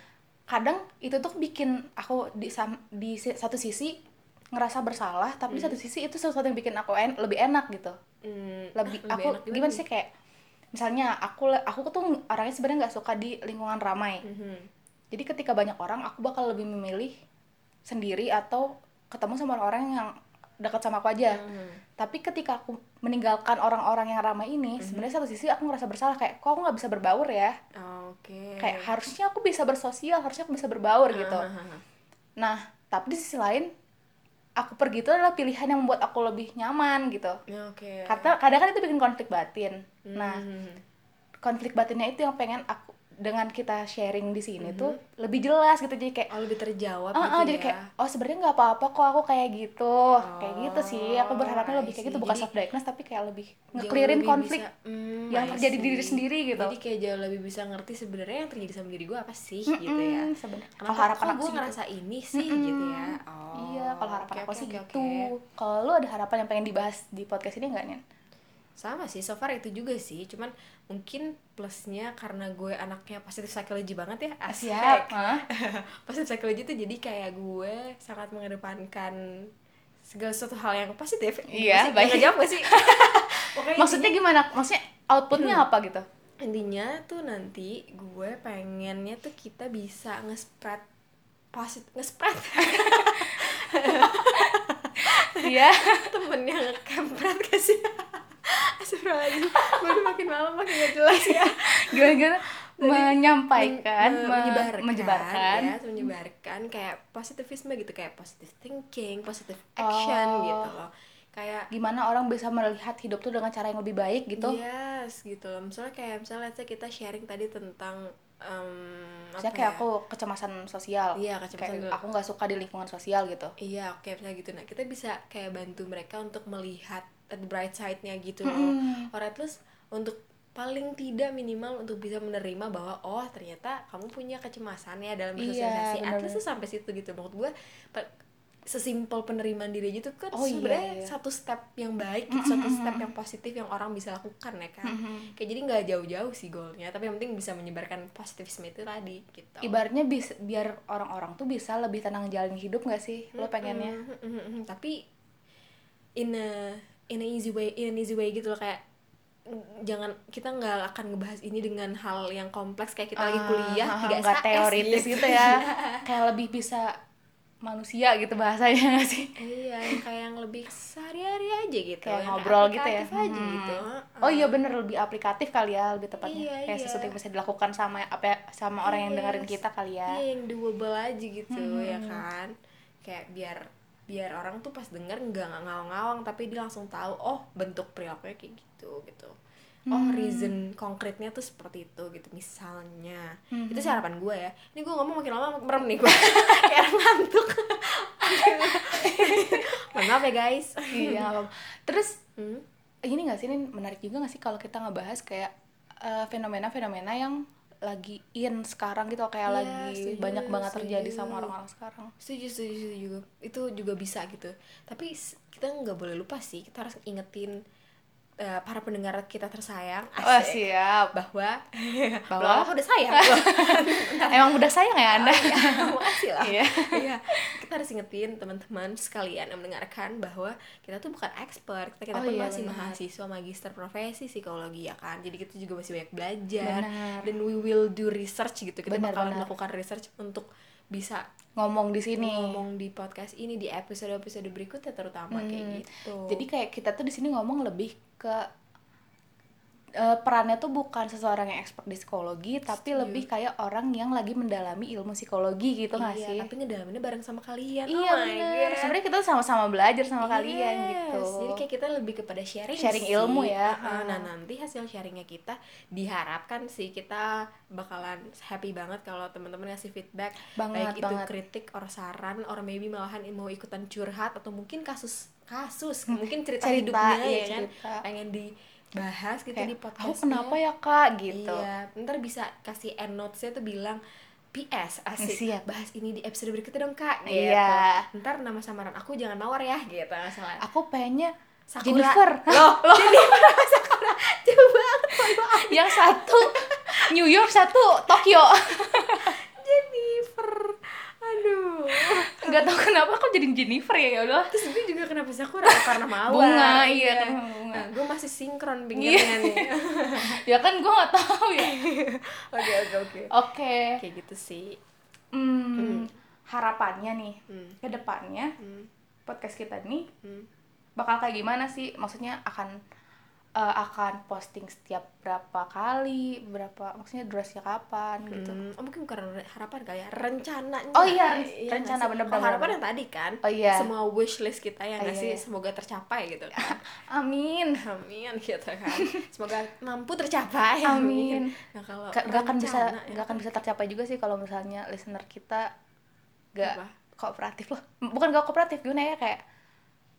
Speaker 1: kadang itu tuh bikin aku di sam- di si- satu sisi ngerasa bersalah tapi di satu sisi itu sesuatu yang bikin aku en- lebih enak gitu
Speaker 2: Hmm,
Speaker 1: lebih
Speaker 2: ah,
Speaker 1: aku
Speaker 2: enak juga
Speaker 1: gimana
Speaker 2: nih.
Speaker 1: sih kayak misalnya aku le- aku tuh orangnya sebenarnya nggak suka di lingkungan ramai
Speaker 2: Mhm.
Speaker 1: jadi ketika banyak orang aku bakal lebih memilih sendiri atau ketemu sama orang-orang yang dekat sama aku aja
Speaker 2: Hmm.
Speaker 1: tapi ketika aku meninggalkan orang-orang yang ramai ini
Speaker 2: Hmm.
Speaker 1: sebenarnya satu sisi aku ngerasa bersalah kayak kok aku nggak bisa berbaur ya
Speaker 2: Oh, oke
Speaker 1: kayak harusnya aku bisa bersosial harusnya aku bisa berbaur gitu
Speaker 2: Iya. Ah, ah, ah.
Speaker 1: nah tapi di sisi lain aku pergi itu adalah pilihan yang membuat aku lebih nyaman gitu
Speaker 2: Ya, oke
Speaker 1: karena kadang kan itu bikin konflik batin nah
Speaker 2: Mhm.
Speaker 1: konflik batinnya itu yang pengen aku dengan kita sharing di sini tuh lebih jelas gitu jadi kayak
Speaker 2: Hmm. oh lebih terjawab
Speaker 1: "Ah, ah,"
Speaker 2: gitu
Speaker 1: jadi
Speaker 2: ya
Speaker 1: kayak oh sebenarnya nggak apa-apa kok aku kayak gitu kayak gitu sih aku berharapnya
Speaker 2: Oh, I
Speaker 1: lebih kayak
Speaker 2: see.
Speaker 1: gitu bukan
Speaker 2: Jadi-
Speaker 1: self diagnose tapi kayak lebih
Speaker 2: Jauh
Speaker 1: ngeklirin
Speaker 2: lebih
Speaker 1: konflik
Speaker 2: bisa- Hmm,
Speaker 1: yang
Speaker 2: I
Speaker 1: terjadi di
Speaker 2: see.
Speaker 1: diri sendiri gitu
Speaker 2: jadi kayak jauh lebih bisa ngerti sebenarnya yang terjadi sama diri gue apa sih
Speaker 1: Mm-mm,
Speaker 2: gitu ya
Speaker 1: sebenarnya kalau
Speaker 2: kenapa
Speaker 1: harapan
Speaker 2: kok
Speaker 1: aku
Speaker 2: gue
Speaker 1: sih gitu.
Speaker 2: ngerasa ini sih gitu ya oh
Speaker 1: iya kalau harapan
Speaker 2: oke,
Speaker 1: aku
Speaker 2: oke,
Speaker 1: sih
Speaker 2: oke,
Speaker 1: gitu
Speaker 2: oke.
Speaker 1: kalau lu ada harapan yang pengen dibahas di podcast ini nggak nih
Speaker 2: sama sih so far itu juga sih cuman mungkin plusnya karena gue anaknya positif psychology banget ya
Speaker 1: siap
Speaker 2: asyik
Speaker 1: Hah?
Speaker 2: positif psychology itu jadi kayak gue sangat mengedepankan segala sesuatu hal yang positif
Speaker 1: Iya,
Speaker 2: Masih-
Speaker 1: baik.
Speaker 2: nggak jawab gak sih Pokoknya
Speaker 1: maksudnya gimana maksudnya outputnya
Speaker 2: Hmm.
Speaker 1: apa gitu
Speaker 2: intinya tuh nanti gue pengennya tuh kita bisa nge-spread positif nge-spread
Speaker 1: iya
Speaker 2: temennya ngekempret gak sih Astagfirullahaladzim, gue udah makin malam makin gak jelas ya
Speaker 1: gimana gimana menyampaikan
Speaker 2: Men-
Speaker 1: me-
Speaker 2: menyebarkan,
Speaker 1: menyebarkan.
Speaker 2: ya, menyebarkan kayak positivisme gitu kayak positive thinking, positive action
Speaker 1: Oh.
Speaker 2: gitu loh. Kayak
Speaker 1: gimana orang bisa melihat hidup tuh dengan cara yang lebih baik gitu
Speaker 2: yes gitu loh. Misalnya kayak misalnya let's say kita sharing tadi tentang em,
Speaker 1: Misalnya
Speaker 2: apa
Speaker 1: kayak
Speaker 2: ya?
Speaker 1: aku kecemasan sosial
Speaker 2: Iya, kecemasan
Speaker 1: kayak
Speaker 2: dulu.
Speaker 1: aku nggak suka di lingkungan sosial gitu
Speaker 2: Iya, oke misalnya gitu. Nah, kita bisa kayak bantu mereka untuk melihat at the bright side-nya gitu loh.
Speaker 1: Mm-mm.
Speaker 2: Or at least untuk paling tidak minimal untuk bisa menerima bahwa oh ternyata kamu punya kecemasan ya dalam
Speaker 1: Iya,
Speaker 2: bersosialisasi. at
Speaker 1: benar-benar.
Speaker 2: least tuh sampai situ gitu. Menurut gue pe- sesimpel penerimaan diri aja tuh kan
Speaker 1: Oh, iya,
Speaker 2: sebenarnya
Speaker 1: iya.
Speaker 2: satu step yang baik, satu step yang positif yang orang bisa lakukan ya kan. Kayak jadi nggak jauh-jauh sih goalnya, tapi yang penting bisa menyebarkan positivisme itu tadi gitu.
Speaker 1: ibaratnya bis- biar orang-orang tuh bisa lebih tenang jalan hidup nggak sih lo pengennya
Speaker 2: Mm, mm, mm, mm, mm. tapi in a in an easy way in an easy way gitu loh kayak mm, jangan kita nggak akan ngebahas ini dengan hal yang kompleks kayak kita lagi
Speaker 1: Ah,
Speaker 2: kuliah
Speaker 1: ah,
Speaker 2: tiga
Speaker 1: nggak
Speaker 2: SKS
Speaker 1: teoritis gitu, ya kayak lebih bisa manusia gitu bahasanya nggak sih
Speaker 2: iya yang kayak yang lebih sehari-hari aja gitu
Speaker 1: kayak
Speaker 2: yang
Speaker 1: ngobrol gitu ya
Speaker 2: aplikatif aja
Speaker 1: Hmm.
Speaker 2: gitu
Speaker 1: oh iya bener lebih aplikatif kali ya lebih tepatnya
Speaker 2: Iya,
Speaker 1: kayak
Speaker 2: iya.
Speaker 1: sesuatu yang bisa dilakukan sama apa ya- sama orang yang
Speaker 2: Yes.
Speaker 1: dengerin kita kali ya
Speaker 2: Iya, yang doable aja gitu
Speaker 1: Hmm.
Speaker 2: ya kan kayak biar biar orang tuh pas denger nggak nggak ngawang-ngawang tapi dia langsung tahu oh bentuk perilakunya kayak gitu gitu oh reason konkretnya tuh seperti itu gitu misalnya
Speaker 1: Hmm.
Speaker 2: itu sih harapan gue ya ini gue ngomong makin lama makin merem nih gue kayak orang ngantuk Mohon maaf ya guys
Speaker 1: iya nggak apa-apa. terus
Speaker 2: Hmm?
Speaker 1: ini nggak sih ini menarik juga nggak sih kalau kita ngebahas kayak eh, fenomena-fenomena yang lagi in sekarang gitu kayak
Speaker 2: Iya,
Speaker 1: lagi
Speaker 2: setuju,
Speaker 1: banyak banget terjadi
Speaker 2: setuju.
Speaker 1: sama orang-orang sekarang
Speaker 2: setuju setuju setuju juga itu juga bisa gitu tapi s- kita nggak boleh lupa sih kita harus ingetin eh, para pendengar kita tersayang
Speaker 1: oh
Speaker 2: asik,
Speaker 1: siap
Speaker 2: bahwa
Speaker 1: Bahwa?
Speaker 2: Belum lama udah sayang loh.
Speaker 1: emang udah sayang ya anda
Speaker 2: Ya, makasih lah
Speaker 1: Iya.
Speaker 2: Iya. kita harus ingetin teman-teman sekalian yang mendengarkan bahwa kita tuh bukan expert kita,
Speaker 1: Oh
Speaker 2: kita pun
Speaker 1: iya,
Speaker 2: masih
Speaker 1: benar.
Speaker 2: mahasiswa magister profesi psikologi ya kan jadi kita juga masih banyak belajar
Speaker 1: Benar.
Speaker 2: dan we will do research gitu kita
Speaker 1: Benar,
Speaker 2: bakalan
Speaker 1: benar.
Speaker 2: melakukan research untuk bisa
Speaker 1: ngomong di sini
Speaker 2: ngomong di podcast ini di episode-episode berikutnya terutama kayak
Speaker 1: Hmm.
Speaker 2: gitu.
Speaker 1: Jadi kayak kita tuh di sini ngomong lebih ke eh, perannya tuh bukan seseorang yang expert di psikologi, tapi
Speaker 2: Setuju.
Speaker 1: lebih kayak orang yang lagi mendalami ilmu psikologi gitu nggak
Speaker 2: iya,
Speaker 1: sih?
Speaker 2: tapi ngedalaminnya bareng sama kalian.
Speaker 1: Iya
Speaker 2: oh my
Speaker 1: bener.
Speaker 2: God.
Speaker 1: Sebenarnya kita tuh sama-sama belajar sama kalian
Speaker 2: Yes,
Speaker 1: gitu.
Speaker 2: Iya, Jadi kayak kita lebih kepada sharing
Speaker 1: Sharing
Speaker 2: sih.
Speaker 1: ilmu ya.
Speaker 2: Heeh, Nah,
Speaker 1: Ah.
Speaker 2: nanti hasil sharingnya kita diharapkan sih kita bakalan happy banget kalau teman-teman ngasih feedback
Speaker 1: Banget,
Speaker 2: baik itu
Speaker 1: banget.
Speaker 2: kritik or saran or maybe malahan mau ikutan curhat atau mungkin kasus kasus mungkin cerita,
Speaker 1: Cerita,
Speaker 2: hidupnya
Speaker 1: iya,
Speaker 2: ya kan
Speaker 1: cerita.
Speaker 2: pengen dibahas gitu
Speaker 1: Kayak,
Speaker 2: di podcast.
Speaker 1: "Aku kenapa ya kak gitu?
Speaker 2: Iya, ntar bisa kasih end notes-nya tuh bilang PS asik
Speaker 1: Siap.
Speaker 2: bahas ini di episode berikutnya dong kak gitu.
Speaker 1: Iya.
Speaker 2: ntar nama samaran aku jangan mawar ya gitu misalnya
Speaker 1: Aku pengennya
Speaker 2: Sakura.
Speaker 1: Jennifer. Loh,
Speaker 2: jauh banget
Speaker 1: yang satu New York, satu Tokyo.
Speaker 2: Jennifer aduh
Speaker 1: Gak tau kenapa aku jadi Jennifer ya ya udah.
Speaker 2: terus gue juga kenapa Sakura Ya, karena mawar
Speaker 1: Bunga, iya, karena Iya. bunga.
Speaker 2: Nah, gue masih sinkron pinggirnya nih
Speaker 1: Ya kan gue nggak tahu ya.
Speaker 2: oke oke oke
Speaker 1: Oke.
Speaker 2: kayak gitu sih
Speaker 1: Hmm, harapannya nih
Speaker 2: Hmm.
Speaker 1: ke depannya
Speaker 2: Hmm,
Speaker 1: podcast kita nih
Speaker 2: hmm.
Speaker 1: bakal kayak gimana sih? Maksudnya akan eh, akan posting setiap berapa kali, berapa maksudnya durasinya kapan gitu.
Speaker 2: Hmm, oh, mungkin bukan re- harapan kali ya rencananya
Speaker 1: Oh iya, ren-
Speaker 2: nggak
Speaker 1: rencana,
Speaker 2: sih?
Speaker 1: bener-bener.
Speaker 2: Kalau harapan yang tadi kan
Speaker 1: Oh iya.
Speaker 2: semua wish list kita yang
Speaker 1: Oh
Speaker 2: ngasih
Speaker 1: iya.
Speaker 2: semoga tercapai gitu kan
Speaker 1: Amin.
Speaker 2: amin gitu kan semoga mampu tercapai
Speaker 1: Amin.
Speaker 2: nah kalau
Speaker 1: Ka- Gak akan bisa
Speaker 2: rencana ya,
Speaker 1: gak akan bisa tercapai juga sih kalau misalnya listener kita gak
Speaker 2: Apa?
Speaker 1: kooperatif loh. Bukan gak kooperatif gimana ya kayak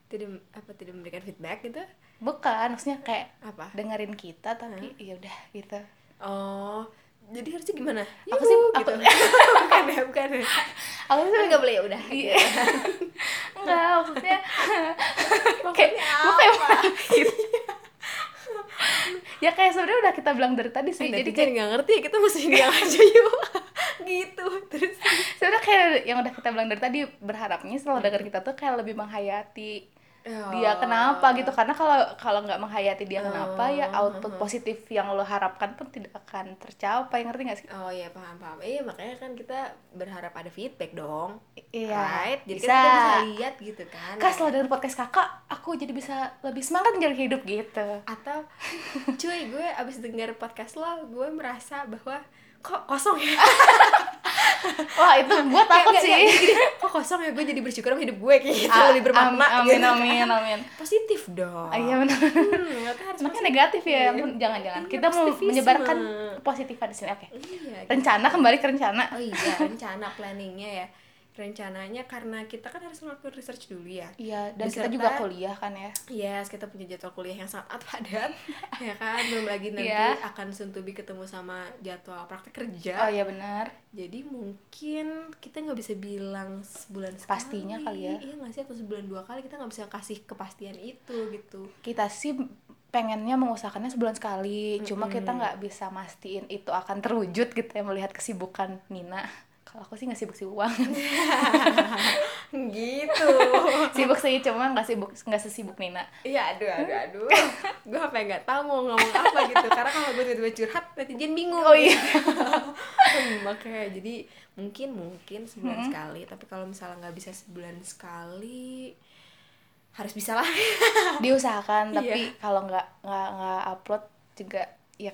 Speaker 2: tidak apa tidak memberikan feedback gitu
Speaker 1: bukan maksudnya kayak
Speaker 2: apa
Speaker 1: dengerin kita tapi ya udah gitu.
Speaker 2: oh jadi harusnya gimana
Speaker 1: Aku sih-
Speaker 2: Yuhu,
Speaker 1: aku-
Speaker 2: gitu. bukan ya bukan ya
Speaker 1: Aku sih
Speaker 2: kan nggak boleh ya udah
Speaker 1: Iya. Enggak, maksudnya kayak
Speaker 2: Pokoknya
Speaker 1: gue kayak orang gitu. ya kayak sebenarnya udah kita bilang dari tadi sih.
Speaker 2: jadi
Speaker 1: jadi
Speaker 2: kan nggak ngerti kita mesti bilang aja yuk gitu terus
Speaker 1: sebenarnya kayak yang udah kita bilang dari tadi berharapnya setelah
Speaker 2: Hmm.
Speaker 1: dengar kita tuh kayak lebih menghayati dia
Speaker 2: Oh.
Speaker 1: kenapa gitu karena kalau kalau nggak menghayati dia kenapa ya
Speaker 2: Oh,
Speaker 1: output positif yang lo harapkan pun tidak akan tercapai ngerti nggak sih?
Speaker 2: Oh iya paham paham. Iya makanya kan kita berharap ada feedback dong.
Speaker 1: Iya.
Speaker 2: Right? Jadi
Speaker 1: bisa.
Speaker 2: kan kita bisa lihat gitu kan.
Speaker 1: Kak setelah dengar podcast kakak, aku jadi bisa lebih semangat menjalani hidup gitu.
Speaker 2: Atau cuy gue abis denger podcast lo, gue merasa bahwa kok kosong ya.
Speaker 1: Wah itu gue Ah, takut
Speaker 2: Nggak,
Speaker 1: sih.
Speaker 2: nggak, gini, gini. kok kosong ya gue jadi bersyukur sama hidup gue kayak gitu
Speaker 1: Ah,
Speaker 2: lebih bermakna.
Speaker 1: am- amin,
Speaker 2: gitu.
Speaker 1: amin, amin.
Speaker 2: Positif dong.
Speaker 1: Ah, iya benar.
Speaker 2: Hmm, makanya harus
Speaker 1: Makanya
Speaker 2: positif.
Speaker 1: negatif ya, ampun, jangan-jangan.
Speaker 2: Iya,
Speaker 1: Kita mau
Speaker 2: positivisme.
Speaker 1: menyebarkan kepositifannya di sini. Oke.
Speaker 2: Iya. gitu.
Speaker 1: Rencana kembali ke rencana.
Speaker 2: Oh iya rencana planningnya ya. Rencananya karena kita kan harus melakukan research dulu ya.
Speaker 1: Iya, dan kita
Speaker 2: Beserta-
Speaker 1: juga kuliah kan ya.
Speaker 2: Yes, kita punya jadwal kuliah yang sangat padat, ya kan? Belum lagi nanti
Speaker 1: Iya.
Speaker 2: akan suntubi ketemu sama jadwal praktek kerja.
Speaker 1: Oh iya benar.
Speaker 2: Jadi mungkin kita nggak bisa bilang sebulan sekali.
Speaker 1: Pastinya kali ya.
Speaker 2: Iya nggak sih atau sebulan dua kali kita nggak bisa kasih kepastian itu gitu.
Speaker 1: Kita sih pengennya mengusahakannya sebulan sekali. Cuma kita nggak bisa mastiin itu akan terwujud gitu ya melihat kesibukan Nina. Kalau aku sih nggak sibuk-sibuk banget.
Speaker 2: gitu
Speaker 1: sibuk sih cuma nggak sibuk nggak sesibuk Nina
Speaker 2: iya aduh aduh aduh gue apa yang nggak tahu mau ngomong apa gitu karena kalau gue tiba-tiba curhat netizen bingung
Speaker 1: oh iya
Speaker 2: Hmm, makanya jadi mungkin mungkin sebulan sekali tapi kalau misalnya nggak bisa sebulan sekali harus bisa lah
Speaker 1: diusahakan tapi
Speaker 2: Iya.
Speaker 1: kalau nggak nggak nggak upload juga ya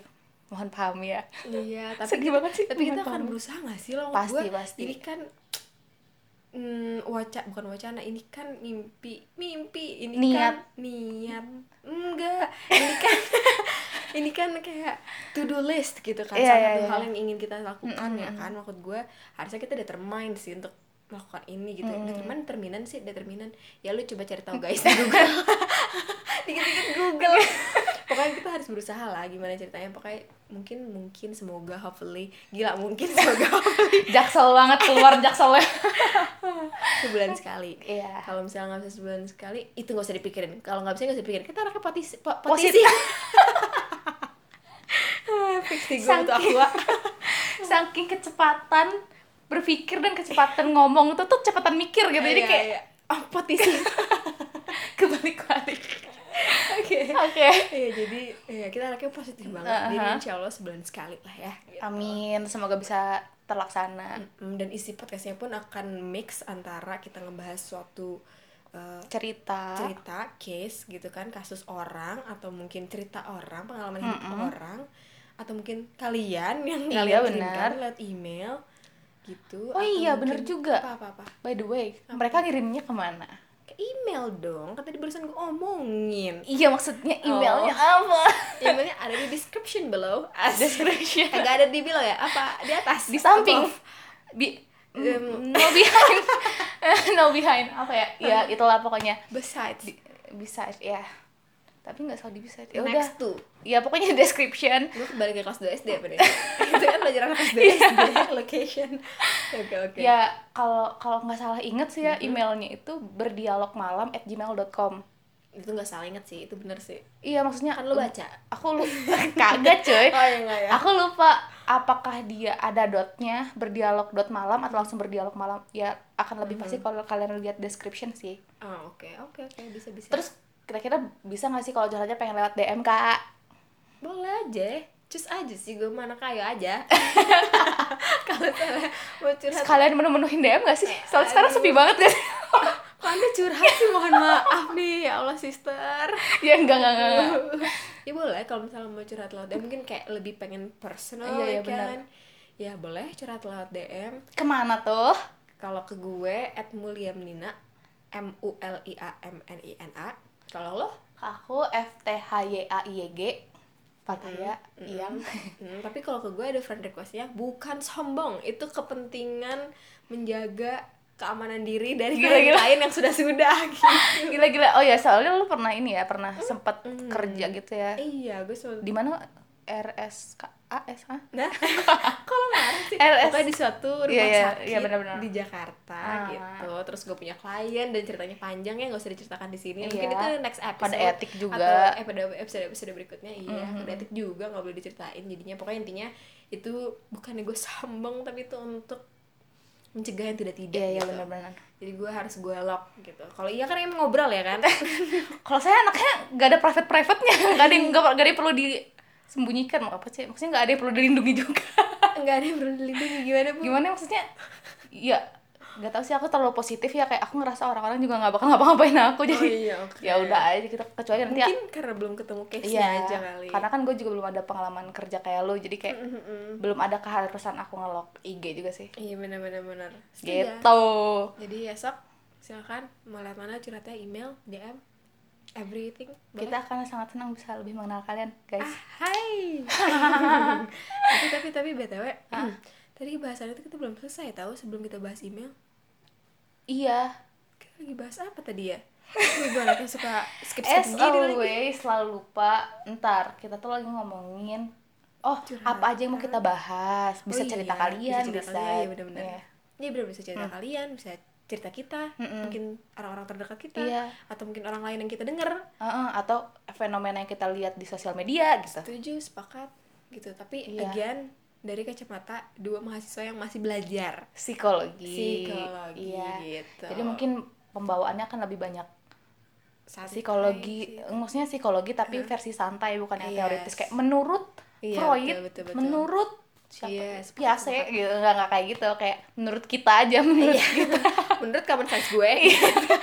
Speaker 1: mohon paham ya
Speaker 2: iya tapi
Speaker 1: Sedih
Speaker 2: kita,
Speaker 1: banget sih,
Speaker 2: tapi kita
Speaker 1: teman-teman.
Speaker 2: akan berusaha nggak sih loh
Speaker 1: Pasti,
Speaker 2: gua,
Speaker 1: pasti.
Speaker 2: ini kan mm, waca bukan wacana ini kan mimpi mimpi ini
Speaker 1: Niat.
Speaker 2: kan niat enggak ini kan ini kan kayak to do list gitu kan
Speaker 1: Iya,
Speaker 2: salah
Speaker 1: iya,
Speaker 2: satu
Speaker 1: iya.
Speaker 2: hal yang ingin kita lakukan
Speaker 1: Mm-mm,
Speaker 2: ya kan maksud gue harusnya kita determine sih untuk melakukan ini gitu determine determinan sih determinan ya lu coba cari tahu guys di Google dikit-dikit Google pokoknya kita harus berusaha lah gimana ceritanya pokoknya mungkin mungkin semoga hopefully gila mungkin semoga hopefully
Speaker 1: jaksel banget keluar jakselnya
Speaker 2: sebulan sekali
Speaker 1: Iya.
Speaker 2: kalau misalnya nggak bisa sebulan sekali itu nggak usah dipikirin kalau nggak bisa nggak usah dipikirin kita anaknya potisi po,
Speaker 1: Positif.
Speaker 2: potisi Ah, fix di gue untuk
Speaker 1: Saking-
Speaker 2: aku
Speaker 1: saking kecepatan berpikir dan kecepatan ngomong itu tuh kecepatan mikir gitu jadi
Speaker 2: Iya,
Speaker 1: kayak
Speaker 2: iya.
Speaker 1: ah, potisi kebalik-balik
Speaker 2: oke
Speaker 1: oke
Speaker 2: Iya jadi ya, kita anaknya positif banget jadi
Speaker 1: Uh-huh.
Speaker 2: insya Allah sebulan sekali lah ya gitu.
Speaker 1: amin semoga bisa terlaksana
Speaker 2: Mm, dan isi podcastnya pun akan mix antara kita ngebahas suatu eh,
Speaker 1: cerita,
Speaker 2: cerita case gitu kan kasus orang atau mungkin cerita orang pengalaman hidup orang atau mungkin kalian yang
Speaker 1: Iya,
Speaker 2: kalian
Speaker 1: benar.
Speaker 2: kirimkan lewat email gitu
Speaker 1: Oh
Speaker 2: atau
Speaker 1: iya, benar
Speaker 2: mungkin-
Speaker 1: juga.
Speaker 2: apa apa apa
Speaker 1: by the way mereka ngirimnya kemana
Speaker 2: ke email dong kan tadi barusan gue omongin
Speaker 1: iya maksudnya emailnya
Speaker 2: Oh.
Speaker 1: apa
Speaker 2: emailnya ada di description below Asik.
Speaker 1: description
Speaker 2: agak ada di below ya apa di atas
Speaker 1: di samping
Speaker 2: Above.
Speaker 1: Bi-
Speaker 2: Um,
Speaker 1: Mm, no behind no behind apa ya ya itulah pokoknya
Speaker 2: besides
Speaker 1: bisa ya tapi nggak selalu bisa ya udah
Speaker 2: next to
Speaker 1: ya pokoknya description
Speaker 2: gue kembali ke kelas 2 SD apa nih? itu kan pelajaran kelas 2 SD location oke oke Mm-hmm.
Speaker 1: ya kalau kalau nggak salah inget sih ya emailnya itu berdialogmalam at gmail.com
Speaker 2: itu nggak salah inget sih itu bener sih
Speaker 1: iya maksudnya
Speaker 2: kan lo baca
Speaker 1: aku lu kagak cuy
Speaker 2: oh iya nggak ya
Speaker 1: aku lupa apakah dia ada dotnya berdialog dot malam atau langsung berdialog malam ya akan lebih pasti
Speaker 2: Mm-hmm.
Speaker 1: kalau kalian lihat description sih
Speaker 2: oh oke oke oke bisa bisa
Speaker 1: terus kira-kira bisa nggak sih kalau jalannya pengen lewat DM kak
Speaker 2: boleh aja cus aja sih gue mana kayu aja kalau salah mau curhat
Speaker 1: sekalian menu-menuin DM gak sih? Soalnya
Speaker 2: Eh, aduh.
Speaker 1: sekarang sepi banget ya. gak sih?
Speaker 2: kok anda curhat sih mohon maaf nih ya Allah sister
Speaker 1: ya enggak enggak enggak, enggak.
Speaker 2: ya boleh kalau misalnya mau curhat lewat DM mungkin kayak lebih pengen
Speaker 1: Iya,
Speaker 2: personal
Speaker 1: iya,
Speaker 2: ya kan ya boleh curhat lewat DM
Speaker 1: Kemana tuh?
Speaker 2: Kalau ke gue at Mulyamnina M U L I A M N I N A. Kalau lo?
Speaker 1: Aku F T H Y A I Y G Fataya
Speaker 2: Mm-hmm.
Speaker 1: Iyang
Speaker 2: Hmm, tapi kalau ke gue ada friend requestnya bukan sombong, itu kepentingan menjaga keamanan diri dari
Speaker 1: Gila,
Speaker 2: klien
Speaker 1: gila.
Speaker 2: lain yang sudah-sudah gitu.
Speaker 1: Gila-gila Oh ya soalnya lu pernah ini ya Pernah sempet kerja gitu ya
Speaker 2: Hmm. iya, gue suatu
Speaker 1: Di mana RSKAS ha?
Speaker 2: Nah, kalau marah sih
Speaker 1: RS.
Speaker 2: pokoknya di suatu rumah
Speaker 1: Iya, iya,
Speaker 2: sakit
Speaker 1: iya, benar-benar.
Speaker 2: di Jakarta
Speaker 1: Ah.
Speaker 2: gitu. Terus gue punya klien dan ceritanya panjang ya nggak usah diceritakan di sini. Mungkin
Speaker 1: Iya.
Speaker 2: itu next episode.
Speaker 1: Kode etik juga. Mm-hmm.
Speaker 2: Atau eh, pada episode episode berikutnya iya. Kode etik juga nggak boleh diceritain. Jadinya pokoknya intinya itu bukannya gue sombong tapi itu untuk mencegah yang tidak tidak.
Speaker 1: Iya iya
Speaker 2: gitu.
Speaker 1: benar-benar
Speaker 2: Jadi gue harus gue lock gitu. Kalau iya kan emang ngobrol ya kan.
Speaker 1: Kalau saya anaknya gak ada private-privatnya Gak ada yang, gak, gak ada yang perlu disembunyikan mau apa sih maksudnya nggak ada yang perlu dilindungi juga
Speaker 2: Enggak ada yang perlu dilindungi gimana pun.
Speaker 1: gimana maksudnya ya nggak tahu sih aku terlalu positif ya kayak aku ngerasa orang-orang juga nggak bakal ngapa-ngapain aku jadi
Speaker 2: iya, oke.
Speaker 1: ya udah aja kita kecuali nanti ya,
Speaker 2: Mungkin karena belum ketemu case-nya
Speaker 1: Iya,
Speaker 2: aja kali. Mm-hmm.
Speaker 1: karena kan gue juga belum ada pengalaman kerja kayak lo jadi kayak
Speaker 2: Mm-mm.
Speaker 1: belum ada keharusan aku ngelok IG juga sih
Speaker 2: Iya benar-benar benar. Setuju.
Speaker 1: gitu
Speaker 2: Jadi ya sok silakan mau lihat mana curhatnya email, DM, everything.
Speaker 1: kita akan sangat senang bisa lebih mengenal kalian guys
Speaker 2: Ah, hai. tapi tapi tapi BTW, ah, tadi bahasan itu kita belum selesai tahu sebelum kita bahas email.
Speaker 1: iya
Speaker 2: Kita lagi bahas apa tadi ya? Gue anaknya suka skip-skip
Speaker 1: as
Speaker 2: gini lagi.
Speaker 1: always selalu lupa ntar kita tuh lagi ngomongin oh apa aja yang mau kita bahas bisa
Speaker 2: Oh iya,
Speaker 1: cerita kalian bisa,
Speaker 2: bisa
Speaker 1: Hmm.
Speaker 2: cerita kalian, iya benar-benar.
Speaker 1: Iya.
Speaker 2: Iya benar bisa cerita kalian, bisa cerita kita, mungkin orang-orang terdekat kita
Speaker 1: Iya.
Speaker 2: atau mungkin orang lain yang kita dengar.
Speaker 1: Heeh, atau fenomena yang kita lihat di sosial media gitu
Speaker 2: setuju sepakat gitu tapi
Speaker 1: Iya.
Speaker 2: again dari kacamata dua mahasiswa yang masih belajar
Speaker 1: psikologi
Speaker 2: psikologi
Speaker 1: iya
Speaker 2: gitu.
Speaker 1: jadi mungkin pembawaannya akan lebih banyak
Speaker 2: Santai
Speaker 1: psikologi
Speaker 2: sih.
Speaker 1: maksudnya psikologi tapi versi santai bukan yang
Speaker 2: Yes.
Speaker 1: teoritis kayak menurut
Speaker 2: Iya,
Speaker 1: Freud
Speaker 2: betul, betul, Iya, betul.
Speaker 1: menurut siapa
Speaker 2: Yes,
Speaker 1: Piaget, gitu nggak nggak kayak gitu kayak menurut kita aja menurut
Speaker 2: Iya.
Speaker 1: kita
Speaker 2: menurut common sense gue
Speaker 1: Iya,
Speaker 2: gitu.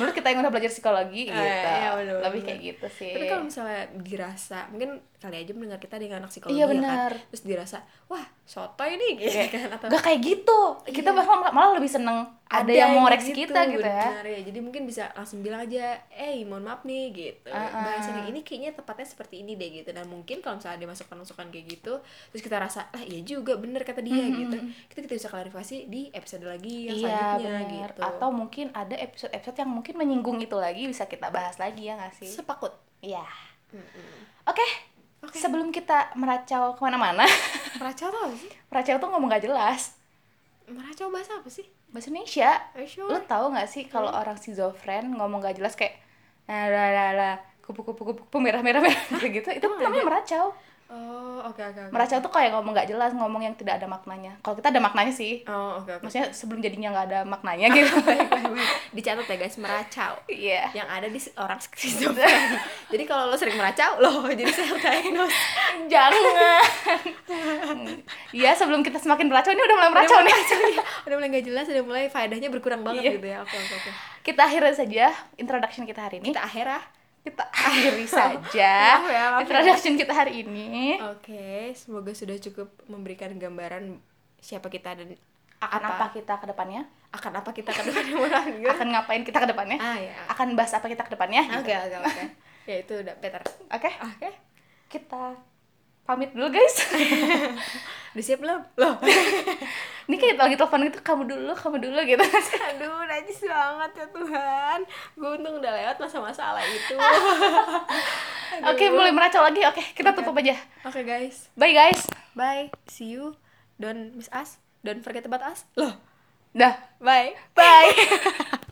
Speaker 1: menurut kita yang udah belajar psikologi
Speaker 2: Eh,
Speaker 1: gitu
Speaker 2: iya, bener,
Speaker 1: lebih
Speaker 2: bener.
Speaker 1: kayak gitu sih
Speaker 2: tapi kalau misalnya dirasa mungkin kali aja mendengar kita dengan anak psikologi
Speaker 1: Iya,
Speaker 2: ya kan?
Speaker 1: benar.
Speaker 2: terus dirasa wah sotoy nih gitu
Speaker 1: Iya.
Speaker 2: kan atau
Speaker 1: nggak kayak gitu kita
Speaker 2: Iya.
Speaker 1: malah malah lebih seneng ada, yang mau koreksi kita gitu ya
Speaker 2: benar ya jadi mungkin bisa langsung bilang aja eh mohon maaf nih gitu
Speaker 1: Ah, ah.
Speaker 2: bahasanya ini kayaknya tepatnya seperti ini deh gitu dan mungkin kalau misalnya ada masukan-masukan kayak gitu terus kita rasa ah iya juga bener kata dia gitu kita kita bisa klarifikasi di episode lagi yang
Speaker 1: Mm-hmm, iya
Speaker 2: selanjutnya
Speaker 1: benar
Speaker 2: gitu
Speaker 1: atau mungkin ada episode-episode yang mungkin menyinggung itu lagi bisa kita bahas lagi ya nggak sih
Speaker 2: sepakut
Speaker 1: iya
Speaker 2: Mm-mm.
Speaker 1: oke
Speaker 2: Oke.
Speaker 1: sebelum kita meracau kemana-mana
Speaker 2: meracau tuh apa sih
Speaker 1: meracau tuh ngomong gak jelas
Speaker 2: meracau bahasa apa sih
Speaker 1: bahasa Indonesia
Speaker 2: Are you sure?
Speaker 1: lu tahu nggak sih kalau
Speaker 2: Hmm.
Speaker 1: orang schizofren ngomong gak jelas kayak nah lah lah lah kupu kupu kupu kupu merah merah merah gitu gitu itu
Speaker 2: iya.
Speaker 1: namanya meracau
Speaker 2: Oh, oke oke oke.
Speaker 1: meracau tuh kayak ngomong gak jelas ngomong yang tidak ada maknanya kalau kita ada maknanya sih
Speaker 2: Oh, oke oke.
Speaker 1: maksudnya sebelum jadinya nggak ada maknanya gitu
Speaker 2: Baik, baik, baik. Dicatat ya guys, meracau.
Speaker 1: iya
Speaker 2: Yang ada di orang skizofren. jadi kalau lo sering meracau, lo jadi self diagnose.
Speaker 1: jangan iya sebelum kita semakin meracau ini udah mulai meracau nih
Speaker 2: udah mulai iya. gak jelas, udah mulai faedahnya berkurang banget gitu ya. Oke oke oke.
Speaker 1: kita akhiri saja introduction kita hari ini
Speaker 2: Kita akhir ah.
Speaker 1: kita akhiri saja
Speaker 2: Maaf ya, maaf ya.
Speaker 1: introduction kita hari ini
Speaker 2: Oke, semoga sudah cukup memberikan gambaran siapa kita dan
Speaker 1: akan apa
Speaker 2: apa,
Speaker 1: kita ke depannya
Speaker 2: akan apa kita ke depannya Mulan, gitu.
Speaker 1: akan ngapain kita ke depannya
Speaker 2: Ah ya.
Speaker 1: akan bahas apa kita ke depannya gitu.
Speaker 2: Oke oke oke. Ya itu udah better. Oke.
Speaker 1: oke kita pamit dulu guys
Speaker 2: Udah siap belum? Loh.
Speaker 1: ini kayak lagi telepon gitu kamu dulu kamu dulu gitu
Speaker 2: Aduh, najis banget ya Tuhan. Gue untung udah lewat masa-masa ala itu.
Speaker 1: oke mulai meracau lagi oke kita tutup aja
Speaker 2: Oke guys,
Speaker 1: bye guys
Speaker 2: bye. See you. Don't miss us. Don't forget about us. Loh,
Speaker 1: dah
Speaker 2: bye.
Speaker 1: bye